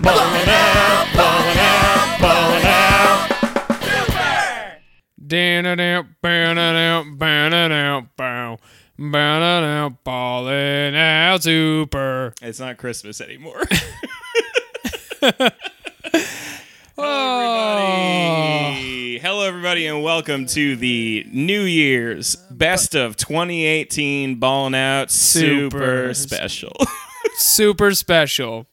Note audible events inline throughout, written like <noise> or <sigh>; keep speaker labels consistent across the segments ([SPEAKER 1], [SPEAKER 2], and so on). [SPEAKER 1] Ballin' out, ballin' out, ballin' out.
[SPEAKER 2] Ballin' out super.
[SPEAKER 1] It's not Christmas anymore. Everybody. Hello, everybody, and welcome to the New Year's Best of 2018 Ballin' Out Super,
[SPEAKER 2] Super
[SPEAKER 1] Special.
[SPEAKER 2] super special.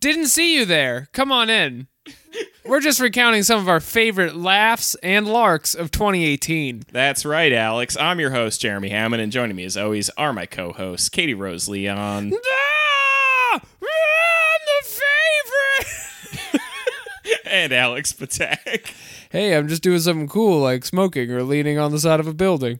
[SPEAKER 2] Didn't see you there. Come on in. We're just recounting some of our favorite laughs and larks of 2018.
[SPEAKER 1] <laughs> That's right, Alex. I'm your host, Jeremy Hammond, and joining me, as always, are my co hosts, Katie Rose
[SPEAKER 2] <laughs>
[SPEAKER 1] Leon.
[SPEAKER 2] Ah, I'm the favorite.
[SPEAKER 1] and Alex Patak.
[SPEAKER 2] Hey, I'm just doing something cool like smoking or leaning on the side of a building.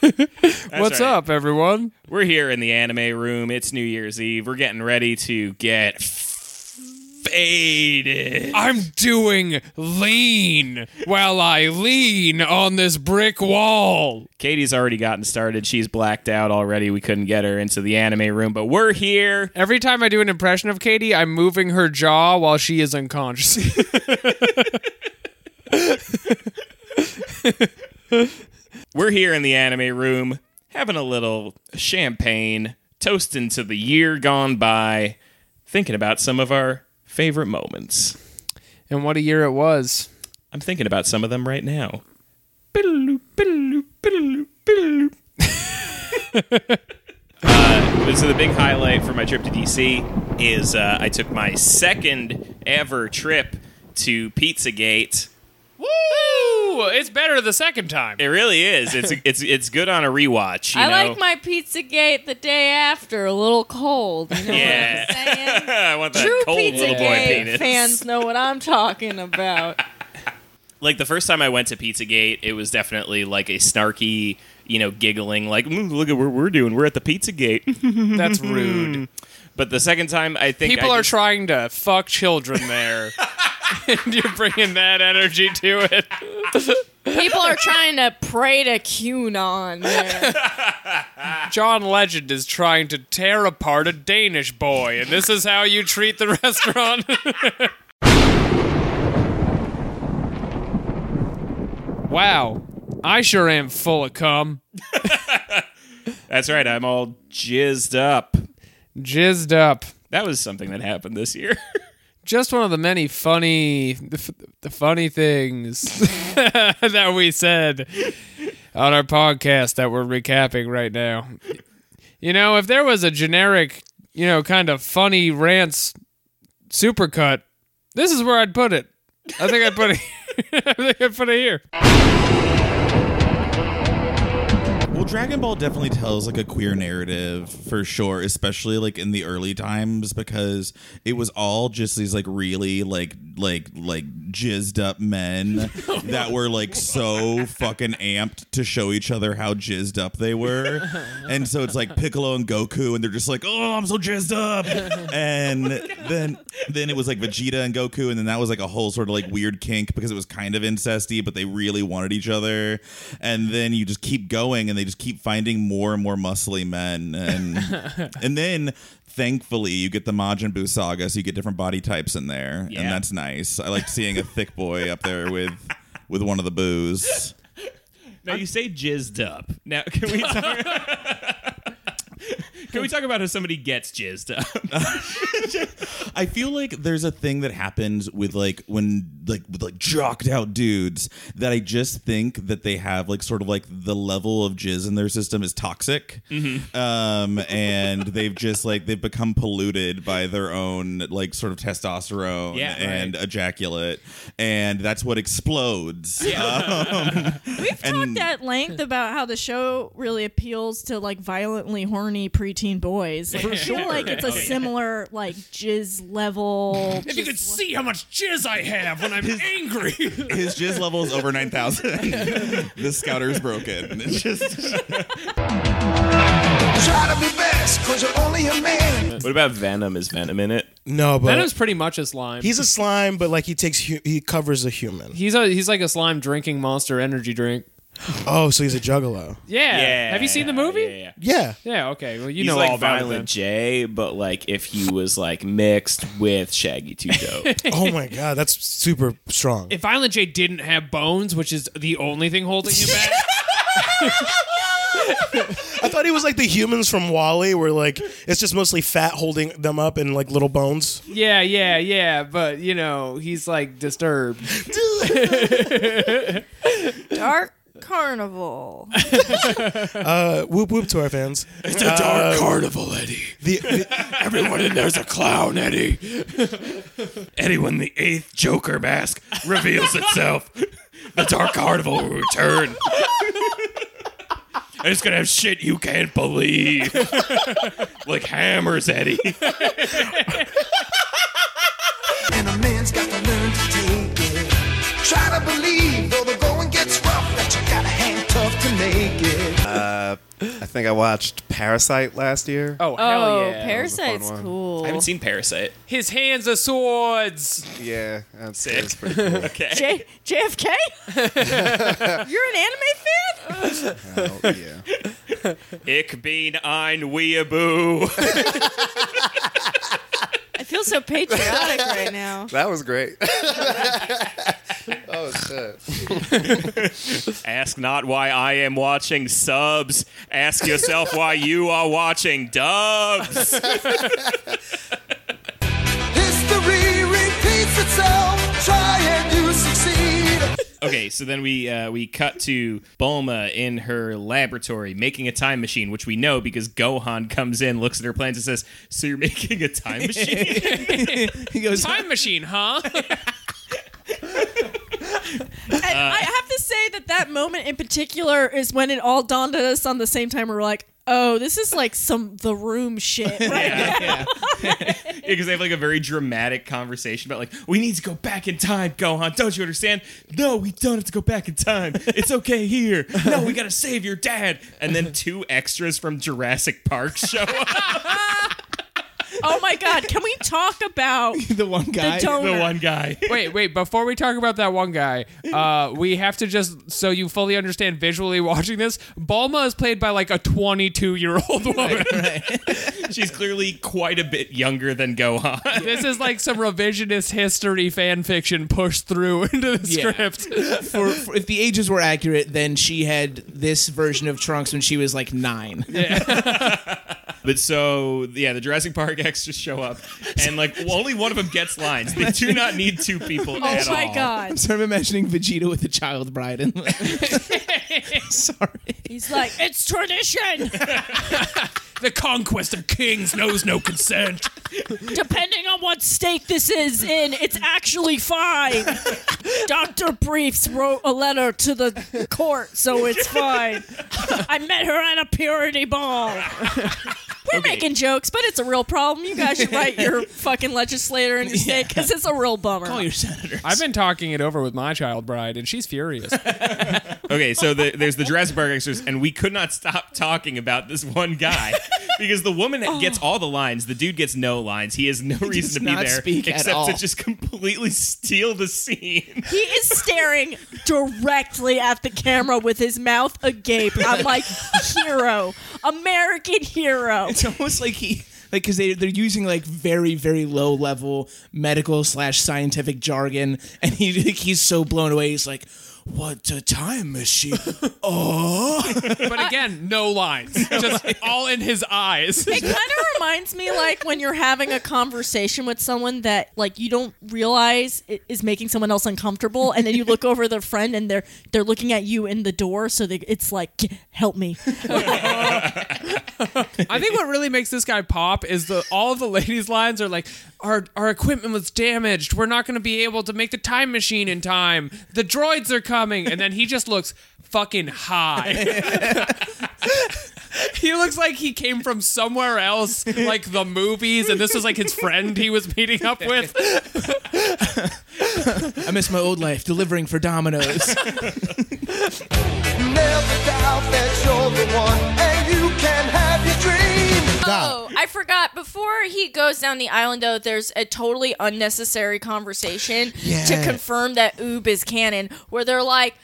[SPEAKER 2] What's
[SPEAKER 1] right.
[SPEAKER 2] up, everyone?
[SPEAKER 1] We're here in the anime room. It's New Year's Eve. We're getting ready to get faded.
[SPEAKER 2] I'm doing lean while I lean on this brick wall.
[SPEAKER 1] Katie's already gotten started. She's blacked out already. We couldn't get her into the anime room, but we're here.
[SPEAKER 2] Every time I do an impression of Katie, I'm moving her jaw while she is unconscious. <laughs>
[SPEAKER 1] We're here in the anime room having a little champagne, toasting to the year gone by, thinking about some of our favorite moments.
[SPEAKER 2] and what a year it was.
[SPEAKER 1] I'm thinking about some of them right now. Uh, so the big highlight for my trip to DC is uh, I took my second ever trip to Pizzagate.
[SPEAKER 2] Woo! It's better the second time.
[SPEAKER 1] It really is.
[SPEAKER 2] <laughs>
[SPEAKER 1] It's it's it's good on a rewatch. You
[SPEAKER 3] I
[SPEAKER 1] know?
[SPEAKER 3] like my Pizzagate the day after, a little cold. You know <laughs>
[SPEAKER 1] <laughs> Yeah. <laughs>
[SPEAKER 3] what I'm saying?
[SPEAKER 1] I want that
[SPEAKER 3] True
[SPEAKER 1] cold little boy
[SPEAKER 3] Pizzagate
[SPEAKER 1] penis.
[SPEAKER 3] fans know what I'm talking about.
[SPEAKER 1] like the first time I went to Pizzagate, it was definitely like a snarky, you know, giggling, like "Mm, look at what we're doing. We're at the Pizzagate. <laughs>
[SPEAKER 2] That's rude.
[SPEAKER 1] but the second time, I think
[SPEAKER 2] People
[SPEAKER 1] I
[SPEAKER 2] are
[SPEAKER 1] just-
[SPEAKER 2] trying to <laughs> fuck children
[SPEAKER 1] <laughs>
[SPEAKER 2] there. and you're bringing that energy to it.
[SPEAKER 1] <laughs>
[SPEAKER 3] People are trying to pray to QAnon. There.
[SPEAKER 2] John Legend is trying to tear apart a Danish boy, and this is how you treat the restaurant. wow. I sure am full of cum.
[SPEAKER 1] <laughs> That's right. I'm all jizzed up.
[SPEAKER 2] Jizzed up.
[SPEAKER 1] That was something that happened this year. <laughs>
[SPEAKER 2] Just one of the many funny, the, f- the funny things <laughs> that we said on our podcast that we're recapping right now. You know, if there was a generic, you know, kind of funny rants supercut, this is where I'd put it. I think I'd put it. <laughs> I think I'd put it here.
[SPEAKER 4] Well, Dragon Ball definitely tells like a queer narrative for sure, especially like in the early times because it was all just these like really like like like jizzed up men that were like so fucking amped to show each other how jizzed up they were. And so it's like Piccolo and Goku and they're just like, "Oh, I'm so jizzed up." And then then it was like Vegeta and Goku and then that was like a whole sort of like weird kink because it was kind of incesty, but they really wanted each other. And then you just keep going and they just keep finding more and more muscly
[SPEAKER 2] <laughs>
[SPEAKER 4] men and and then thankfully you get the Majin Buu saga so you get different body types in there
[SPEAKER 1] Yeah.
[SPEAKER 4] and that's nice. I like seeing a thick boy up there with with one of the boos.
[SPEAKER 1] Now you say jizzed up. Now <laughs> can we talk? can we talk about how somebody gets jizzed up?
[SPEAKER 4] I feel like there's a thing that happens with like when like with like jocked out dudes that I just think that they have like sort of like the level of jizz in their system is toxic,
[SPEAKER 2] Mm-hmm.
[SPEAKER 4] um, and they've just like they've become polluted by their own like sort of testosterone
[SPEAKER 1] Yeah, right.
[SPEAKER 4] and ejaculate, and that's what explodes.
[SPEAKER 3] <laughs>
[SPEAKER 4] Um,
[SPEAKER 3] We've
[SPEAKER 4] And-
[SPEAKER 3] talked at length about how the show really appeals to like violently horny preteen boys. Like, I feel
[SPEAKER 4] sure.
[SPEAKER 3] like it's
[SPEAKER 4] Oh,
[SPEAKER 3] a
[SPEAKER 4] yeah.
[SPEAKER 3] similar like jizz
[SPEAKER 4] <laughs>
[SPEAKER 3] level.
[SPEAKER 2] If you could see how much jizz I have when I'm angry.
[SPEAKER 4] His jizz level is over nine thousand. <laughs> the scouter's broken. <laughs> It's just
[SPEAKER 5] Try to be best, cause you're only a man.
[SPEAKER 1] <laughs> what about Venom? Is Venom in it?
[SPEAKER 6] No, but <laughs>
[SPEAKER 2] Venom's <laughs> pretty much a slime.
[SPEAKER 6] he's a slime, but like he takes hu- he covers a human.
[SPEAKER 7] <gasps>
[SPEAKER 2] he's a he's like a slime drinking monster energy drink.
[SPEAKER 7] Oh, so he's a juggalo.
[SPEAKER 2] Yeah.
[SPEAKER 1] Yeah.
[SPEAKER 2] Have you seen the movie?
[SPEAKER 1] Yeah. yeah, yeah.
[SPEAKER 7] Yeah.
[SPEAKER 2] Yeah, okay. Well, you
[SPEAKER 1] He's
[SPEAKER 2] know
[SPEAKER 1] like
[SPEAKER 2] all about it
[SPEAKER 1] Violent
[SPEAKER 2] then.
[SPEAKER 1] J, but like if he was like mixed with Shaggy Two
[SPEAKER 2] <laughs>
[SPEAKER 1] Dope.
[SPEAKER 7] Oh my god, that's super strong.
[SPEAKER 2] If Violent J didn't have bones, which is the only thing holding
[SPEAKER 7] <laughs>
[SPEAKER 2] him back,
[SPEAKER 7] I thought he was like the humans from Wally, where like it's just mostly fat holding them up and like little bones.
[SPEAKER 2] yeah, yeah, yeah. But you know, he's
[SPEAKER 7] <laughs>
[SPEAKER 2] like disturbed. <laughs>
[SPEAKER 8] Dark
[SPEAKER 3] <laughs>
[SPEAKER 8] Carnival.
[SPEAKER 7] Uh, whoop whoop to our fans. Uh,
[SPEAKER 9] It's a dark carnival, Eddie.
[SPEAKER 7] The, the-
[SPEAKER 9] Everyone in there's a clown, Eddie. Eddie, when the eighth Joker mask reveals itself, the dark carnival will return. And it's gonna have shit you can't believe, like hammers, Eddie.
[SPEAKER 5] And a man's got to learn to take it. Try to believe, though the going gets rough, that you gotta hang tough to make it.
[SPEAKER 10] Uh, I think I watched Parasite last year.
[SPEAKER 2] Oh, hell
[SPEAKER 8] Oh,
[SPEAKER 2] yeah!
[SPEAKER 10] That
[SPEAKER 8] Parasite's
[SPEAKER 10] was a fun
[SPEAKER 1] I
[SPEAKER 10] one.
[SPEAKER 8] cool.
[SPEAKER 1] haven't seen Parasite.
[SPEAKER 2] His hands
[SPEAKER 1] <laughs>
[SPEAKER 2] are swords.
[SPEAKER 10] yeah, that's
[SPEAKER 1] Sick.
[SPEAKER 10] that's pretty
[SPEAKER 1] <laughs>
[SPEAKER 10] cool.
[SPEAKER 1] Okay.
[SPEAKER 8] J- JFK?
[SPEAKER 2] <laughs>
[SPEAKER 8] You're an anime fan?
[SPEAKER 10] Oh, yeah.
[SPEAKER 1] Ich bin ein Weeaboo.
[SPEAKER 8] I feel so patriotic right now.
[SPEAKER 10] That was great. oh shit.
[SPEAKER 1] <laughs> Ask not why I am watching subs. Ask yourself why you are watching dubs.
[SPEAKER 5] History repeats itself. Try and you succeed.
[SPEAKER 1] okay, so then we uh, we cut to Bulma in her laboratory making a time machine, which we know because Gohan comes in, looks at her plans, and says, "So you're making a time
[SPEAKER 2] <laughs>
[SPEAKER 1] machine?"
[SPEAKER 7] <laughs> he goes,
[SPEAKER 2] Time machine, huh?
[SPEAKER 8] And I have to say that that moment in particular is when it all dawned on us on the same time. We were like, oh, this is like some The Room shit. Right?
[SPEAKER 1] because they have like a very dramatic conversation about like we need to go back in time gohan don't you understand no we don't have to go back in time it's okay here no we gotta save your dad and then two extras from jurassic park show up
[SPEAKER 8] Oh my God. Can we talk about
[SPEAKER 7] the one guy.
[SPEAKER 8] The donor?
[SPEAKER 1] the one
[SPEAKER 8] <laughs>
[SPEAKER 1] guy
[SPEAKER 2] <laughs> wait, wait. Before we talk about that one guy, uh, we have to just so you fully understand visually watching this. Balma is played by like a 22 year old <laughs> woman.
[SPEAKER 1] she's clearly quite a bit younger than gohan
[SPEAKER 2] <laughs> This is like some revisionist history fan fiction pushed through <laughs> into
[SPEAKER 8] <laughs>
[SPEAKER 2] the
[SPEAKER 11] Yeah. <laughs>
[SPEAKER 2] script.
[SPEAKER 11] for, for if the ages were accurate, then she had this version of Trunks when she was like nine. <laughs>
[SPEAKER 1] but so yeah the jurassic park extras show up and like well, only one of them gets lines they do not need two people
[SPEAKER 8] Oh
[SPEAKER 1] at
[SPEAKER 8] my
[SPEAKER 1] all
[SPEAKER 8] God.
[SPEAKER 11] So I'm imagining Vegeta with a child bride, and sorry,
[SPEAKER 8] He's like, it's tradition.
[SPEAKER 2] <laughs> the conquest of kings knows no consent.
[SPEAKER 8] Depending on what state this is in, it's actually
[SPEAKER 11] <laughs>
[SPEAKER 8] fine. Dr. Briefs wrote a letter to the court, so
[SPEAKER 11] <laughs>
[SPEAKER 8] it's fine. I met her at a purity ball.
[SPEAKER 11] <laughs>
[SPEAKER 8] We're making jokes, but it's a real problem. You guys should
[SPEAKER 11] <laughs>
[SPEAKER 8] write your fucking legislator in your state because it's a real bummer.
[SPEAKER 11] call your senator.
[SPEAKER 2] I've been talking it over with my child bride, and she's furious.
[SPEAKER 1] <laughs> Okay, so the, there's the Jurassic Park extras, and we could not stop talking about this one guy because the woman that gets all the lines, the dude gets no lines. He has no reason to be
[SPEAKER 11] not
[SPEAKER 1] there
[SPEAKER 11] speak at
[SPEAKER 1] except to
[SPEAKER 11] all.
[SPEAKER 1] just completely steal the scene.
[SPEAKER 8] He is staring directly at the camera with his mouth agape. I'm like, hero, American hero.
[SPEAKER 11] It's almost like he. <laughs> Like, because they, they're using, like, very, very low level medical slash scientific jargon. And he like, he's so blown away. He's like, What a time
[SPEAKER 8] <laughs>
[SPEAKER 11] machine. Oh.
[SPEAKER 2] But again, no lines, just all in his eyes. <laughs>
[SPEAKER 8] It kind of reminds me like when you're having a conversation with someone that like you don't realize it is making someone else uncomfortable, and then you look over at their friend and they're they're looking at you in the door, so they, it's like "G- help me.
[SPEAKER 2] I think what really makes this guy pop is the all the ladies' lines are like, "Our our equipment was damaged. We're not going to be able to make the time machine in time. The droids are coming," and then he just looks fucking high. <laughs> he looks like he came from somewhere else, like the movies, and this was like his friend he was meeting up with.
[SPEAKER 11] <laughs> I miss my old life delivering for Domino's.
[SPEAKER 5] Never doubt that you're the one, and you can have your dream.
[SPEAKER 7] Stop.
[SPEAKER 12] Oh, I forgot. Before he goes down the island, though, there's a totally unnecessary conversation to confirm that Oob is canon, where they're like,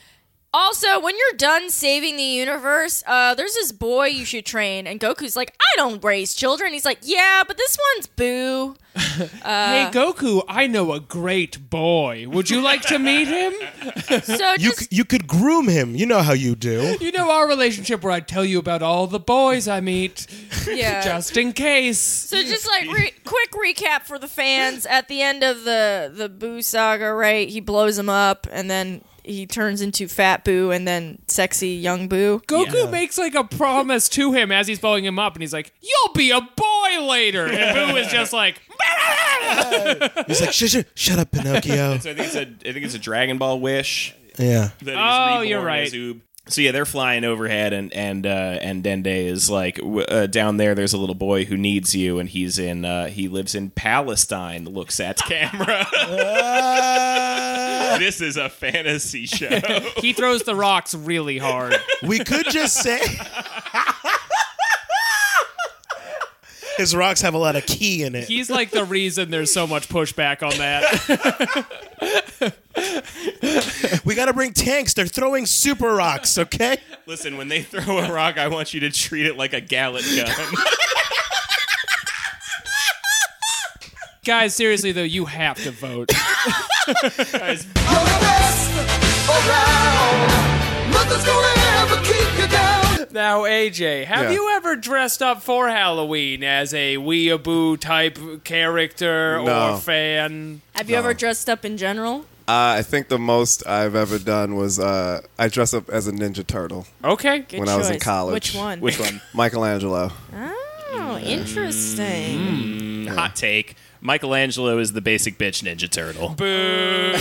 [SPEAKER 8] Also, when you're done saving the universe, uh, there's this boy you should train, and Goku's like, I don't raise children. He's like, Yeah, but this one's
[SPEAKER 2] <laughs>
[SPEAKER 8] Boo.
[SPEAKER 2] <laughs> hey
[SPEAKER 8] Uh,
[SPEAKER 2] Goku, I know a great boy. Would you like to meet him?
[SPEAKER 8] So
[SPEAKER 6] You
[SPEAKER 8] just
[SPEAKER 6] c- you could groom him. You know how you do.
[SPEAKER 2] You know our relationship where I tell you about all the boys I meet,
[SPEAKER 8] yeah.
[SPEAKER 2] just in case.
[SPEAKER 8] So just like re- quick recap for the fans at the end of the the Boo saga, right? He blows him up, and then he turns into Fat Boo, and then sexy young Boo.
[SPEAKER 2] Goku makes like a promise to him as he's blowing him up, and he's like, "You'll be a boy later." And Boo is just
[SPEAKER 10] <laughs>
[SPEAKER 2] like,
[SPEAKER 6] He's like, shut, shut, shut up, Pinocchio.
[SPEAKER 1] So I think it's a I think it's a Dragon Ball wish.
[SPEAKER 6] yeah.
[SPEAKER 1] <laughs> that he's
[SPEAKER 2] Oh,
[SPEAKER 1] reborn
[SPEAKER 2] you're right.
[SPEAKER 1] as Oob. So yeah, they're flying overhead, and and uh, and Dende is like w- uh, down there. There's a little boy who needs you, and he's in uh, he lives in Palestine. Looks
[SPEAKER 2] <laughs>
[SPEAKER 1] at camera.
[SPEAKER 10] Uh,
[SPEAKER 1] this is a fantasy show.
[SPEAKER 2] <laughs> "He throws the rocks really hard."
[SPEAKER 6] We could just say. His rocks have a lot of key in it.
[SPEAKER 2] He's like the reason there's so much pushback on that.
[SPEAKER 6] <laughs> We got to bring tanks. They're throwing super rocks, okay?
[SPEAKER 1] <laughs> Listen, when they throw a rock, I want you to treat it like a gallet
[SPEAKER 2] <laughs>
[SPEAKER 1] gun.
[SPEAKER 2] <laughs> Guys, seriously though, you have to vote.
[SPEAKER 5] You're the best around. Nothing's gonna ever keep you down.
[SPEAKER 2] <laughs> Now, AJ, have
[SPEAKER 10] Yeah.
[SPEAKER 2] you ever dressed up for Halloween as a weeaboo type character
[SPEAKER 10] No.
[SPEAKER 2] or fan?
[SPEAKER 8] Have you ever dressed up in general?
[SPEAKER 10] Uh, I think the most I've ever done was uh, I dressed up as a Ninja Turtle
[SPEAKER 2] Okay.
[SPEAKER 8] Good
[SPEAKER 10] when I was in
[SPEAKER 8] choice.
[SPEAKER 10] college.
[SPEAKER 8] Which one?
[SPEAKER 1] Which one?
[SPEAKER 10] <laughs> Michelangelo.
[SPEAKER 2] Mm.
[SPEAKER 8] Oh, interesting.
[SPEAKER 1] Mm, Hot take. Michelangelo is the basic bitch Ninja Turtle.
[SPEAKER 2] Boo.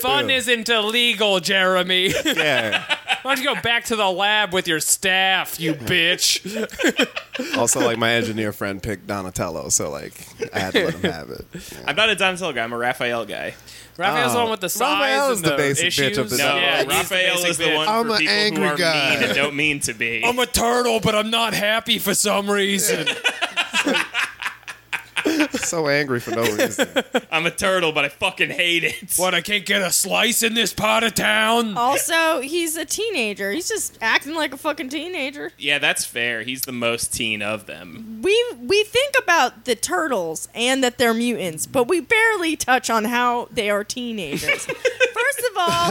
[SPEAKER 2] Fun isn't illegal, Jeremy. Why
[SPEAKER 10] Yeah.
[SPEAKER 2] don't you go back to the lab with your staff, you bitch?
[SPEAKER 10] also, like my engineer friend picked Donatello, so like I had to let him have it.
[SPEAKER 1] I'm not a Donatello guy. I'm a Raphael guy.
[SPEAKER 2] Raphael's the one with the size
[SPEAKER 10] Raphael's
[SPEAKER 2] and
[SPEAKER 10] the
[SPEAKER 2] the,
[SPEAKER 10] basic bitch
[SPEAKER 2] issues.
[SPEAKER 10] of the
[SPEAKER 1] No,
[SPEAKER 10] Oh,
[SPEAKER 2] yeah, he's the
[SPEAKER 1] Raphael
[SPEAKER 2] basic
[SPEAKER 1] is the
[SPEAKER 2] bitch.
[SPEAKER 1] one
[SPEAKER 10] I'm
[SPEAKER 1] for
[SPEAKER 10] an
[SPEAKER 1] people
[SPEAKER 10] angry
[SPEAKER 1] who are
[SPEAKER 10] guy.
[SPEAKER 1] mean and don't mean to be.
[SPEAKER 2] I'm a turtle, but I'm not happy for some reason.
[SPEAKER 10] <laughs> So angry for
[SPEAKER 2] <laughs>
[SPEAKER 10] no reason.
[SPEAKER 1] <laughs>
[SPEAKER 10] <laughs>
[SPEAKER 1] I'm a turtle, but I fucking hate it.
[SPEAKER 2] what? I can't get a slice in this part of town.
[SPEAKER 8] Also, he's a teenager. He's just acting like a fucking teenager.
[SPEAKER 1] Yeah, that's fair. He's the most teen of them.
[SPEAKER 8] We we think about the turtles and that they're mutants, but we barely touch on how they
[SPEAKER 2] <laughs>
[SPEAKER 8] are teenagers. First of all,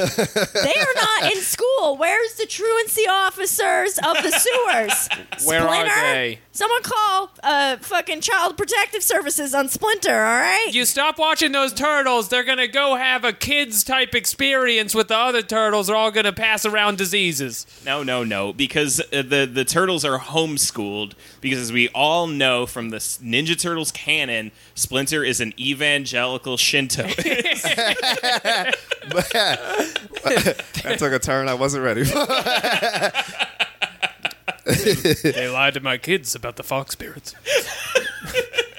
[SPEAKER 8] they are not in school. Where's the truancy officers of the sewers?
[SPEAKER 2] <laughs> Where are
[SPEAKER 8] Splinter?
[SPEAKER 2] they?
[SPEAKER 8] Someone call uh, fucking Child Protective Services on Splinter, all right?
[SPEAKER 2] you stop watching those turtles, they're gonna go have a kids type experience with the other turtles. They're all gonna pass around diseases.
[SPEAKER 1] No, no, no, because uh, the the turtles are homeschooled. Because as we all know from the s- Ninja Turtles canon, Splinter is an evangelical
[SPEAKER 2] <laughs>
[SPEAKER 1] Shinto. <laughs>
[SPEAKER 10] that took a turn I wasn't ready for. <laughs>
[SPEAKER 2] <laughs> They lied to my kids about the fox spirits.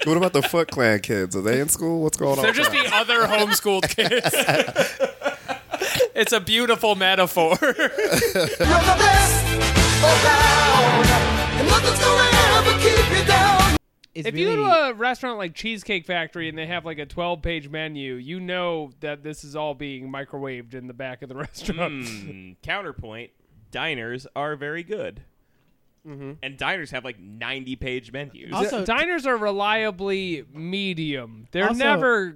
[SPEAKER 10] what about the Foot Clan kids? Are they in school? What's going on?
[SPEAKER 2] They're
[SPEAKER 10] with
[SPEAKER 2] just
[SPEAKER 10] that?
[SPEAKER 2] the other homeschooled kids. it's a beautiful metaphor. <laughs>
[SPEAKER 5] You're the best around. And nothing's gonna ever keep you down.
[SPEAKER 13] It's
[SPEAKER 2] if you
[SPEAKER 13] really,
[SPEAKER 2] go to a restaurant like Cheesecake Factory and they have like a 12 page menu, you know that this is all being microwaved in the back of the <laughs> restaurant.
[SPEAKER 1] Counterpoint: Diners are very good,
[SPEAKER 2] Mm-hmm.
[SPEAKER 1] and diners have like ninety page menus.
[SPEAKER 13] also,
[SPEAKER 2] Diners are reliably medium, they're
[SPEAKER 13] Also-
[SPEAKER 2] never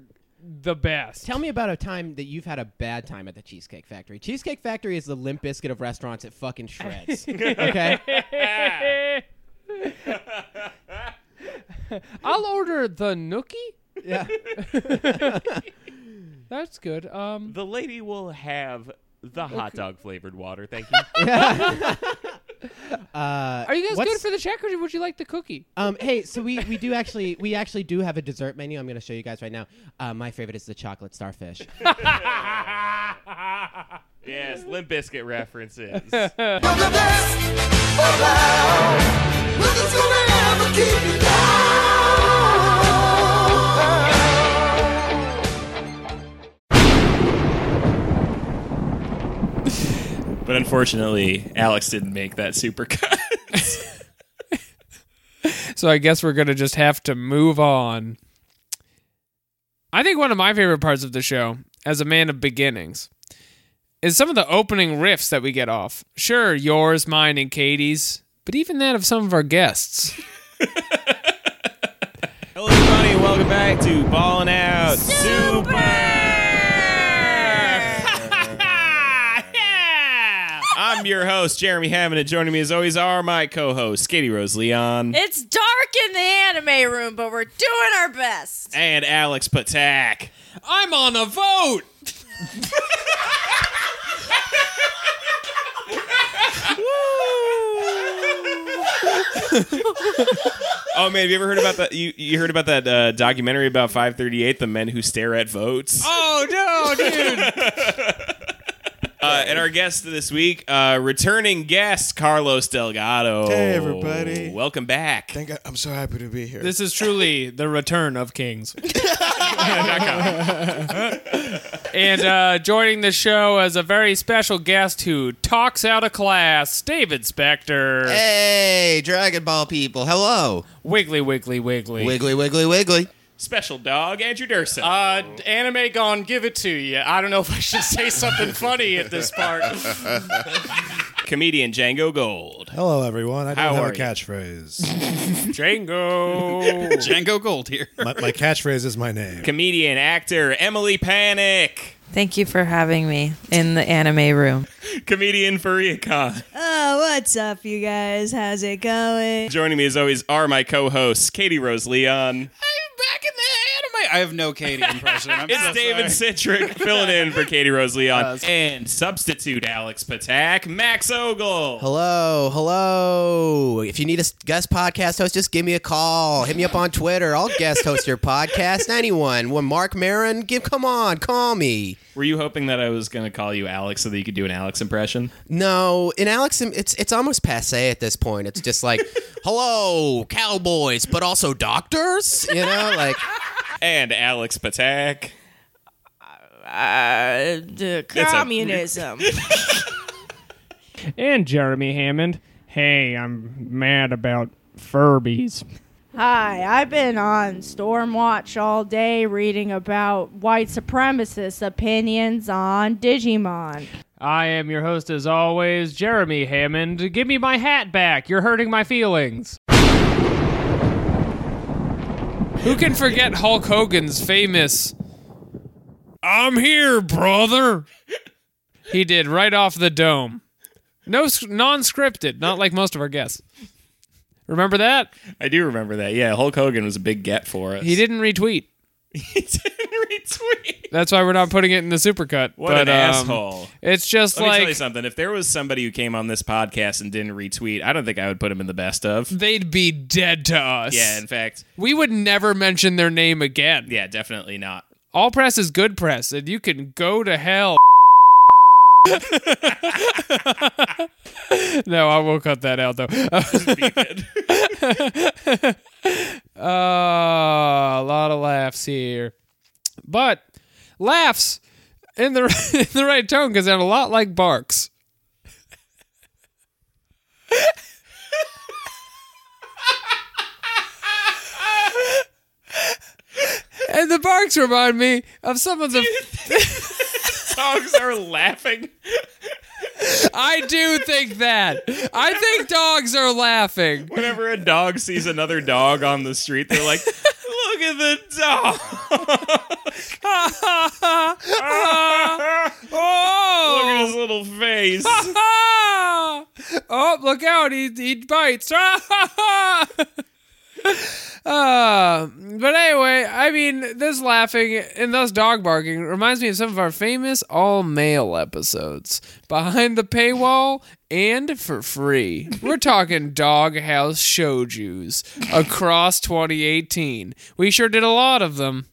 [SPEAKER 2] the best.
[SPEAKER 13] tell me about a time that you've had a bad time at the Cheesecake Factory. Cheesecake Factory is the limp biscuit of restaurants. It fucking
[SPEAKER 2] <laughs>
[SPEAKER 13] shreds. okay.
[SPEAKER 2] I'll order the nookie.
[SPEAKER 13] Yeah.
[SPEAKER 2] That's good. Um,
[SPEAKER 1] The lady will have the hot dog flavored water.
[SPEAKER 2] <laughs>
[SPEAKER 1] Thank you.
[SPEAKER 2] <laughs> are you guys
[SPEAKER 13] Uh, what's-
[SPEAKER 2] good for the check, or would you like the cookie?
[SPEAKER 13] Um, hey, so we, we do actually we actually do have a dessert menu. I'm going to show you guys right now. Uh, my favorite is the chocolate starfish.
[SPEAKER 1] yes, Limp Biscuit
[SPEAKER 2] <laughs>
[SPEAKER 1] references.
[SPEAKER 5] You're the best around. Nothing's gonna ever keep you down.
[SPEAKER 1] but unfortunately, Alex didn't make that super <laughs> cut.
[SPEAKER 2] So I guess we're gonna just have to move on. I think one of my favorite parts of the show, as a man of beginnings, is some of the opening riffs that we get off. Sure, yours, mine, and Katie's, but even that of some of our guests.
[SPEAKER 1] Hello, everybody, and welcome back to Ballin' Out Super. <laughs> I'm your host, Jeremy Hammond, and joining me as always are my co-hosts, Katie Rose
[SPEAKER 2] Mm.
[SPEAKER 1] Leon
[SPEAKER 8] It's dark in the anime room, but we're doing our best.
[SPEAKER 1] and Alex Patak.
[SPEAKER 2] I'm on a vote.
[SPEAKER 1] Oh man, have you ever heard about that? You, you heard about that uh, documentary about 538, the men who stare at votes?
[SPEAKER 2] Oh no, dude!
[SPEAKER 1] Uh, and our guest this week, uh, returning guest Carlos Delgado.
[SPEAKER 14] Hey, everybody.
[SPEAKER 1] welcome back.
[SPEAKER 14] Thank God, I'm so happy to be here.
[SPEAKER 2] this is truly the return of kings. and uh, joining the show as a very special guest who talks out of class, David Spector.
[SPEAKER 15] Hey, Dragon Ball people. Hello.
[SPEAKER 2] Wiggly, wiggly, wiggly.
[SPEAKER 15] Wiggly, wiggly, wiggly.
[SPEAKER 1] Special dog Andrew Durson.
[SPEAKER 16] Uh, anime gone, give it to you. I don't know if I should
[SPEAKER 1] <laughs>
[SPEAKER 16] say something funny at this part.
[SPEAKER 1] comedian Django Gold.
[SPEAKER 14] Hello, everyone. I don't
[SPEAKER 1] How
[SPEAKER 14] have
[SPEAKER 1] are
[SPEAKER 14] a
[SPEAKER 1] you?
[SPEAKER 14] catchphrase.
[SPEAKER 16] <laughs>
[SPEAKER 2] Django.
[SPEAKER 17] Django Gold here.
[SPEAKER 14] my, my catchphrase is my name.
[SPEAKER 1] Comedian, actor Emily Panic.
[SPEAKER 18] Thank you for having me in the anime room.
[SPEAKER 1] Comedian Faria Khan.
[SPEAKER 19] Oh, what's up, you guys? How's it going?
[SPEAKER 1] Joining me as always are my co-hosts Katie Rose Leon.
[SPEAKER 17] I have no Katie impression. I'm
[SPEAKER 1] It's
[SPEAKER 17] so
[SPEAKER 1] David
[SPEAKER 17] sorry.
[SPEAKER 1] Citrick filling in for Katie Rose Leon and substitute Alex Patak, Max Ogle.
[SPEAKER 15] Hello, hello. If you need a s- guest podcast host, just give me a call. Hit me up on Twitter. I'll guest host your podcast. Anyone. When Mark Marin, give come on, call me.
[SPEAKER 1] Were you hoping that I was going to call you Alex so that you could do an Alex impression?
[SPEAKER 15] No, in Alex, um, it's it's almost passe at this point. It's just
[SPEAKER 1] <laughs>
[SPEAKER 15] like, hello, cowboys, but also doctors. You know, like.
[SPEAKER 1] And Alex Patak.
[SPEAKER 8] Uh, d-
[SPEAKER 1] <laughs>
[SPEAKER 8] communism.
[SPEAKER 2] and Jeremy Hammond. Hey, I'm mad about Furbies.
[SPEAKER 8] Hi, I've been on Storm Watch all day reading about white supremacists' opinions on Digimon.
[SPEAKER 2] I am your host, as always, Jeremy Hammond. Give me my hat back. You're hurting my feelings. Who can forget Hulk Hogan's famous, I'm here, brother? He did right off the dome. No, non scripted, not like most of our guests. Remember that?
[SPEAKER 1] I do remember that. Yeah, Hulk Hogan was a big get for us.
[SPEAKER 2] He didn't retweet.
[SPEAKER 1] <laughs> he didn't retweet.
[SPEAKER 2] That's why we're not putting it in the supercut.
[SPEAKER 1] What
[SPEAKER 2] but,
[SPEAKER 1] an
[SPEAKER 2] um,
[SPEAKER 1] asshole.
[SPEAKER 2] It's just
[SPEAKER 1] Let me tell you
[SPEAKER 2] like
[SPEAKER 1] something. If there was somebody who came on this podcast and didn't retweet, I don't think I would put him in the best of.
[SPEAKER 2] they'd be dead to us.
[SPEAKER 1] Yeah, in fact,
[SPEAKER 2] we would never mention their name again.
[SPEAKER 1] Yeah, definitely not.
[SPEAKER 2] All press is good press, and you can go to hell. <laughs> no, I will cut that
[SPEAKER 1] <laughs>
[SPEAKER 2] out though. <laughs> uh, Ah, a lot of laughs here, but laughs in the <laughs> in the right tone because they're a lot like barks. And the barks remind me of some
[SPEAKER 1] <laughs>
[SPEAKER 2] of the.
[SPEAKER 1] Dogs are laughing.
[SPEAKER 2] I do think that. I think dogs are laughing.
[SPEAKER 1] Whenever a dog sees another dog on the street, they're like, Look at the dog.
[SPEAKER 2] oh,
[SPEAKER 1] look at his little face.
[SPEAKER 2] <laughs> oh, look out! He he bites. <laughs> Ah, Uh, but anyway, I mean, this laughing and thus dog barking reminds me of some of our famous all male episodes behind the paywall and for free. We're talking Doghouse Shojus across 2018. We sure did a lot of them,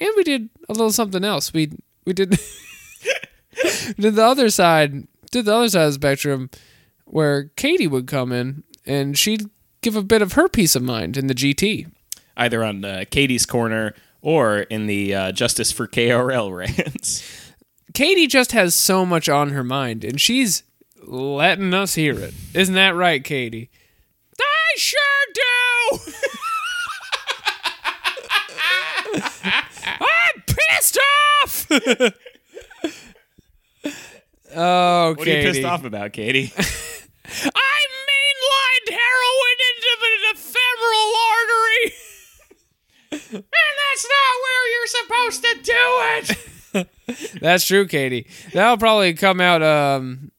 [SPEAKER 2] and we did a little something else. We we did <laughs> did the other side did the other side of the spectrum where Katie would come in and she'd give a bit of her peace of mind in the GT.
[SPEAKER 1] Either on uh, Katie's corner or in the uh, Justice for KRL rants.
[SPEAKER 2] Katie just has so much on her mind and she's letting us hear it. Isn't that right, Katie? I sure do. I'm pissed off. Oh,
[SPEAKER 1] What are you pissed
[SPEAKER 2] Katie.
[SPEAKER 1] off about, Katie?
[SPEAKER 2] I mainlined heroin into an ephemeral artery.
[SPEAKER 12] and that's not where you're supposed to do it.
[SPEAKER 2] <laughs> That's true, Katie. That'll probably come out um,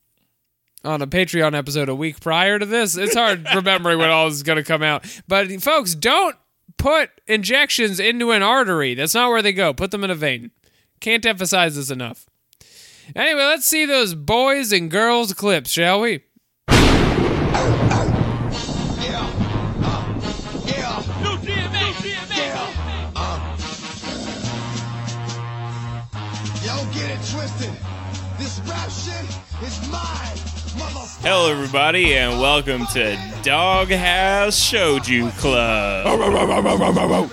[SPEAKER 2] on a Patreon episode a week prior to this. It's hard remembering when all this is going to come out. But folks, don't put injections into an artery. That's not where they go. Put them in a vein. Can't emphasize this enough. Anyway, let's see those boys and girls clips, shall we?
[SPEAKER 5] Y'all get it twisted. This rap shit is mine. Motherfucker.
[SPEAKER 1] Hello, everybody, and welcome to Doghouse Showju
[SPEAKER 2] Oh,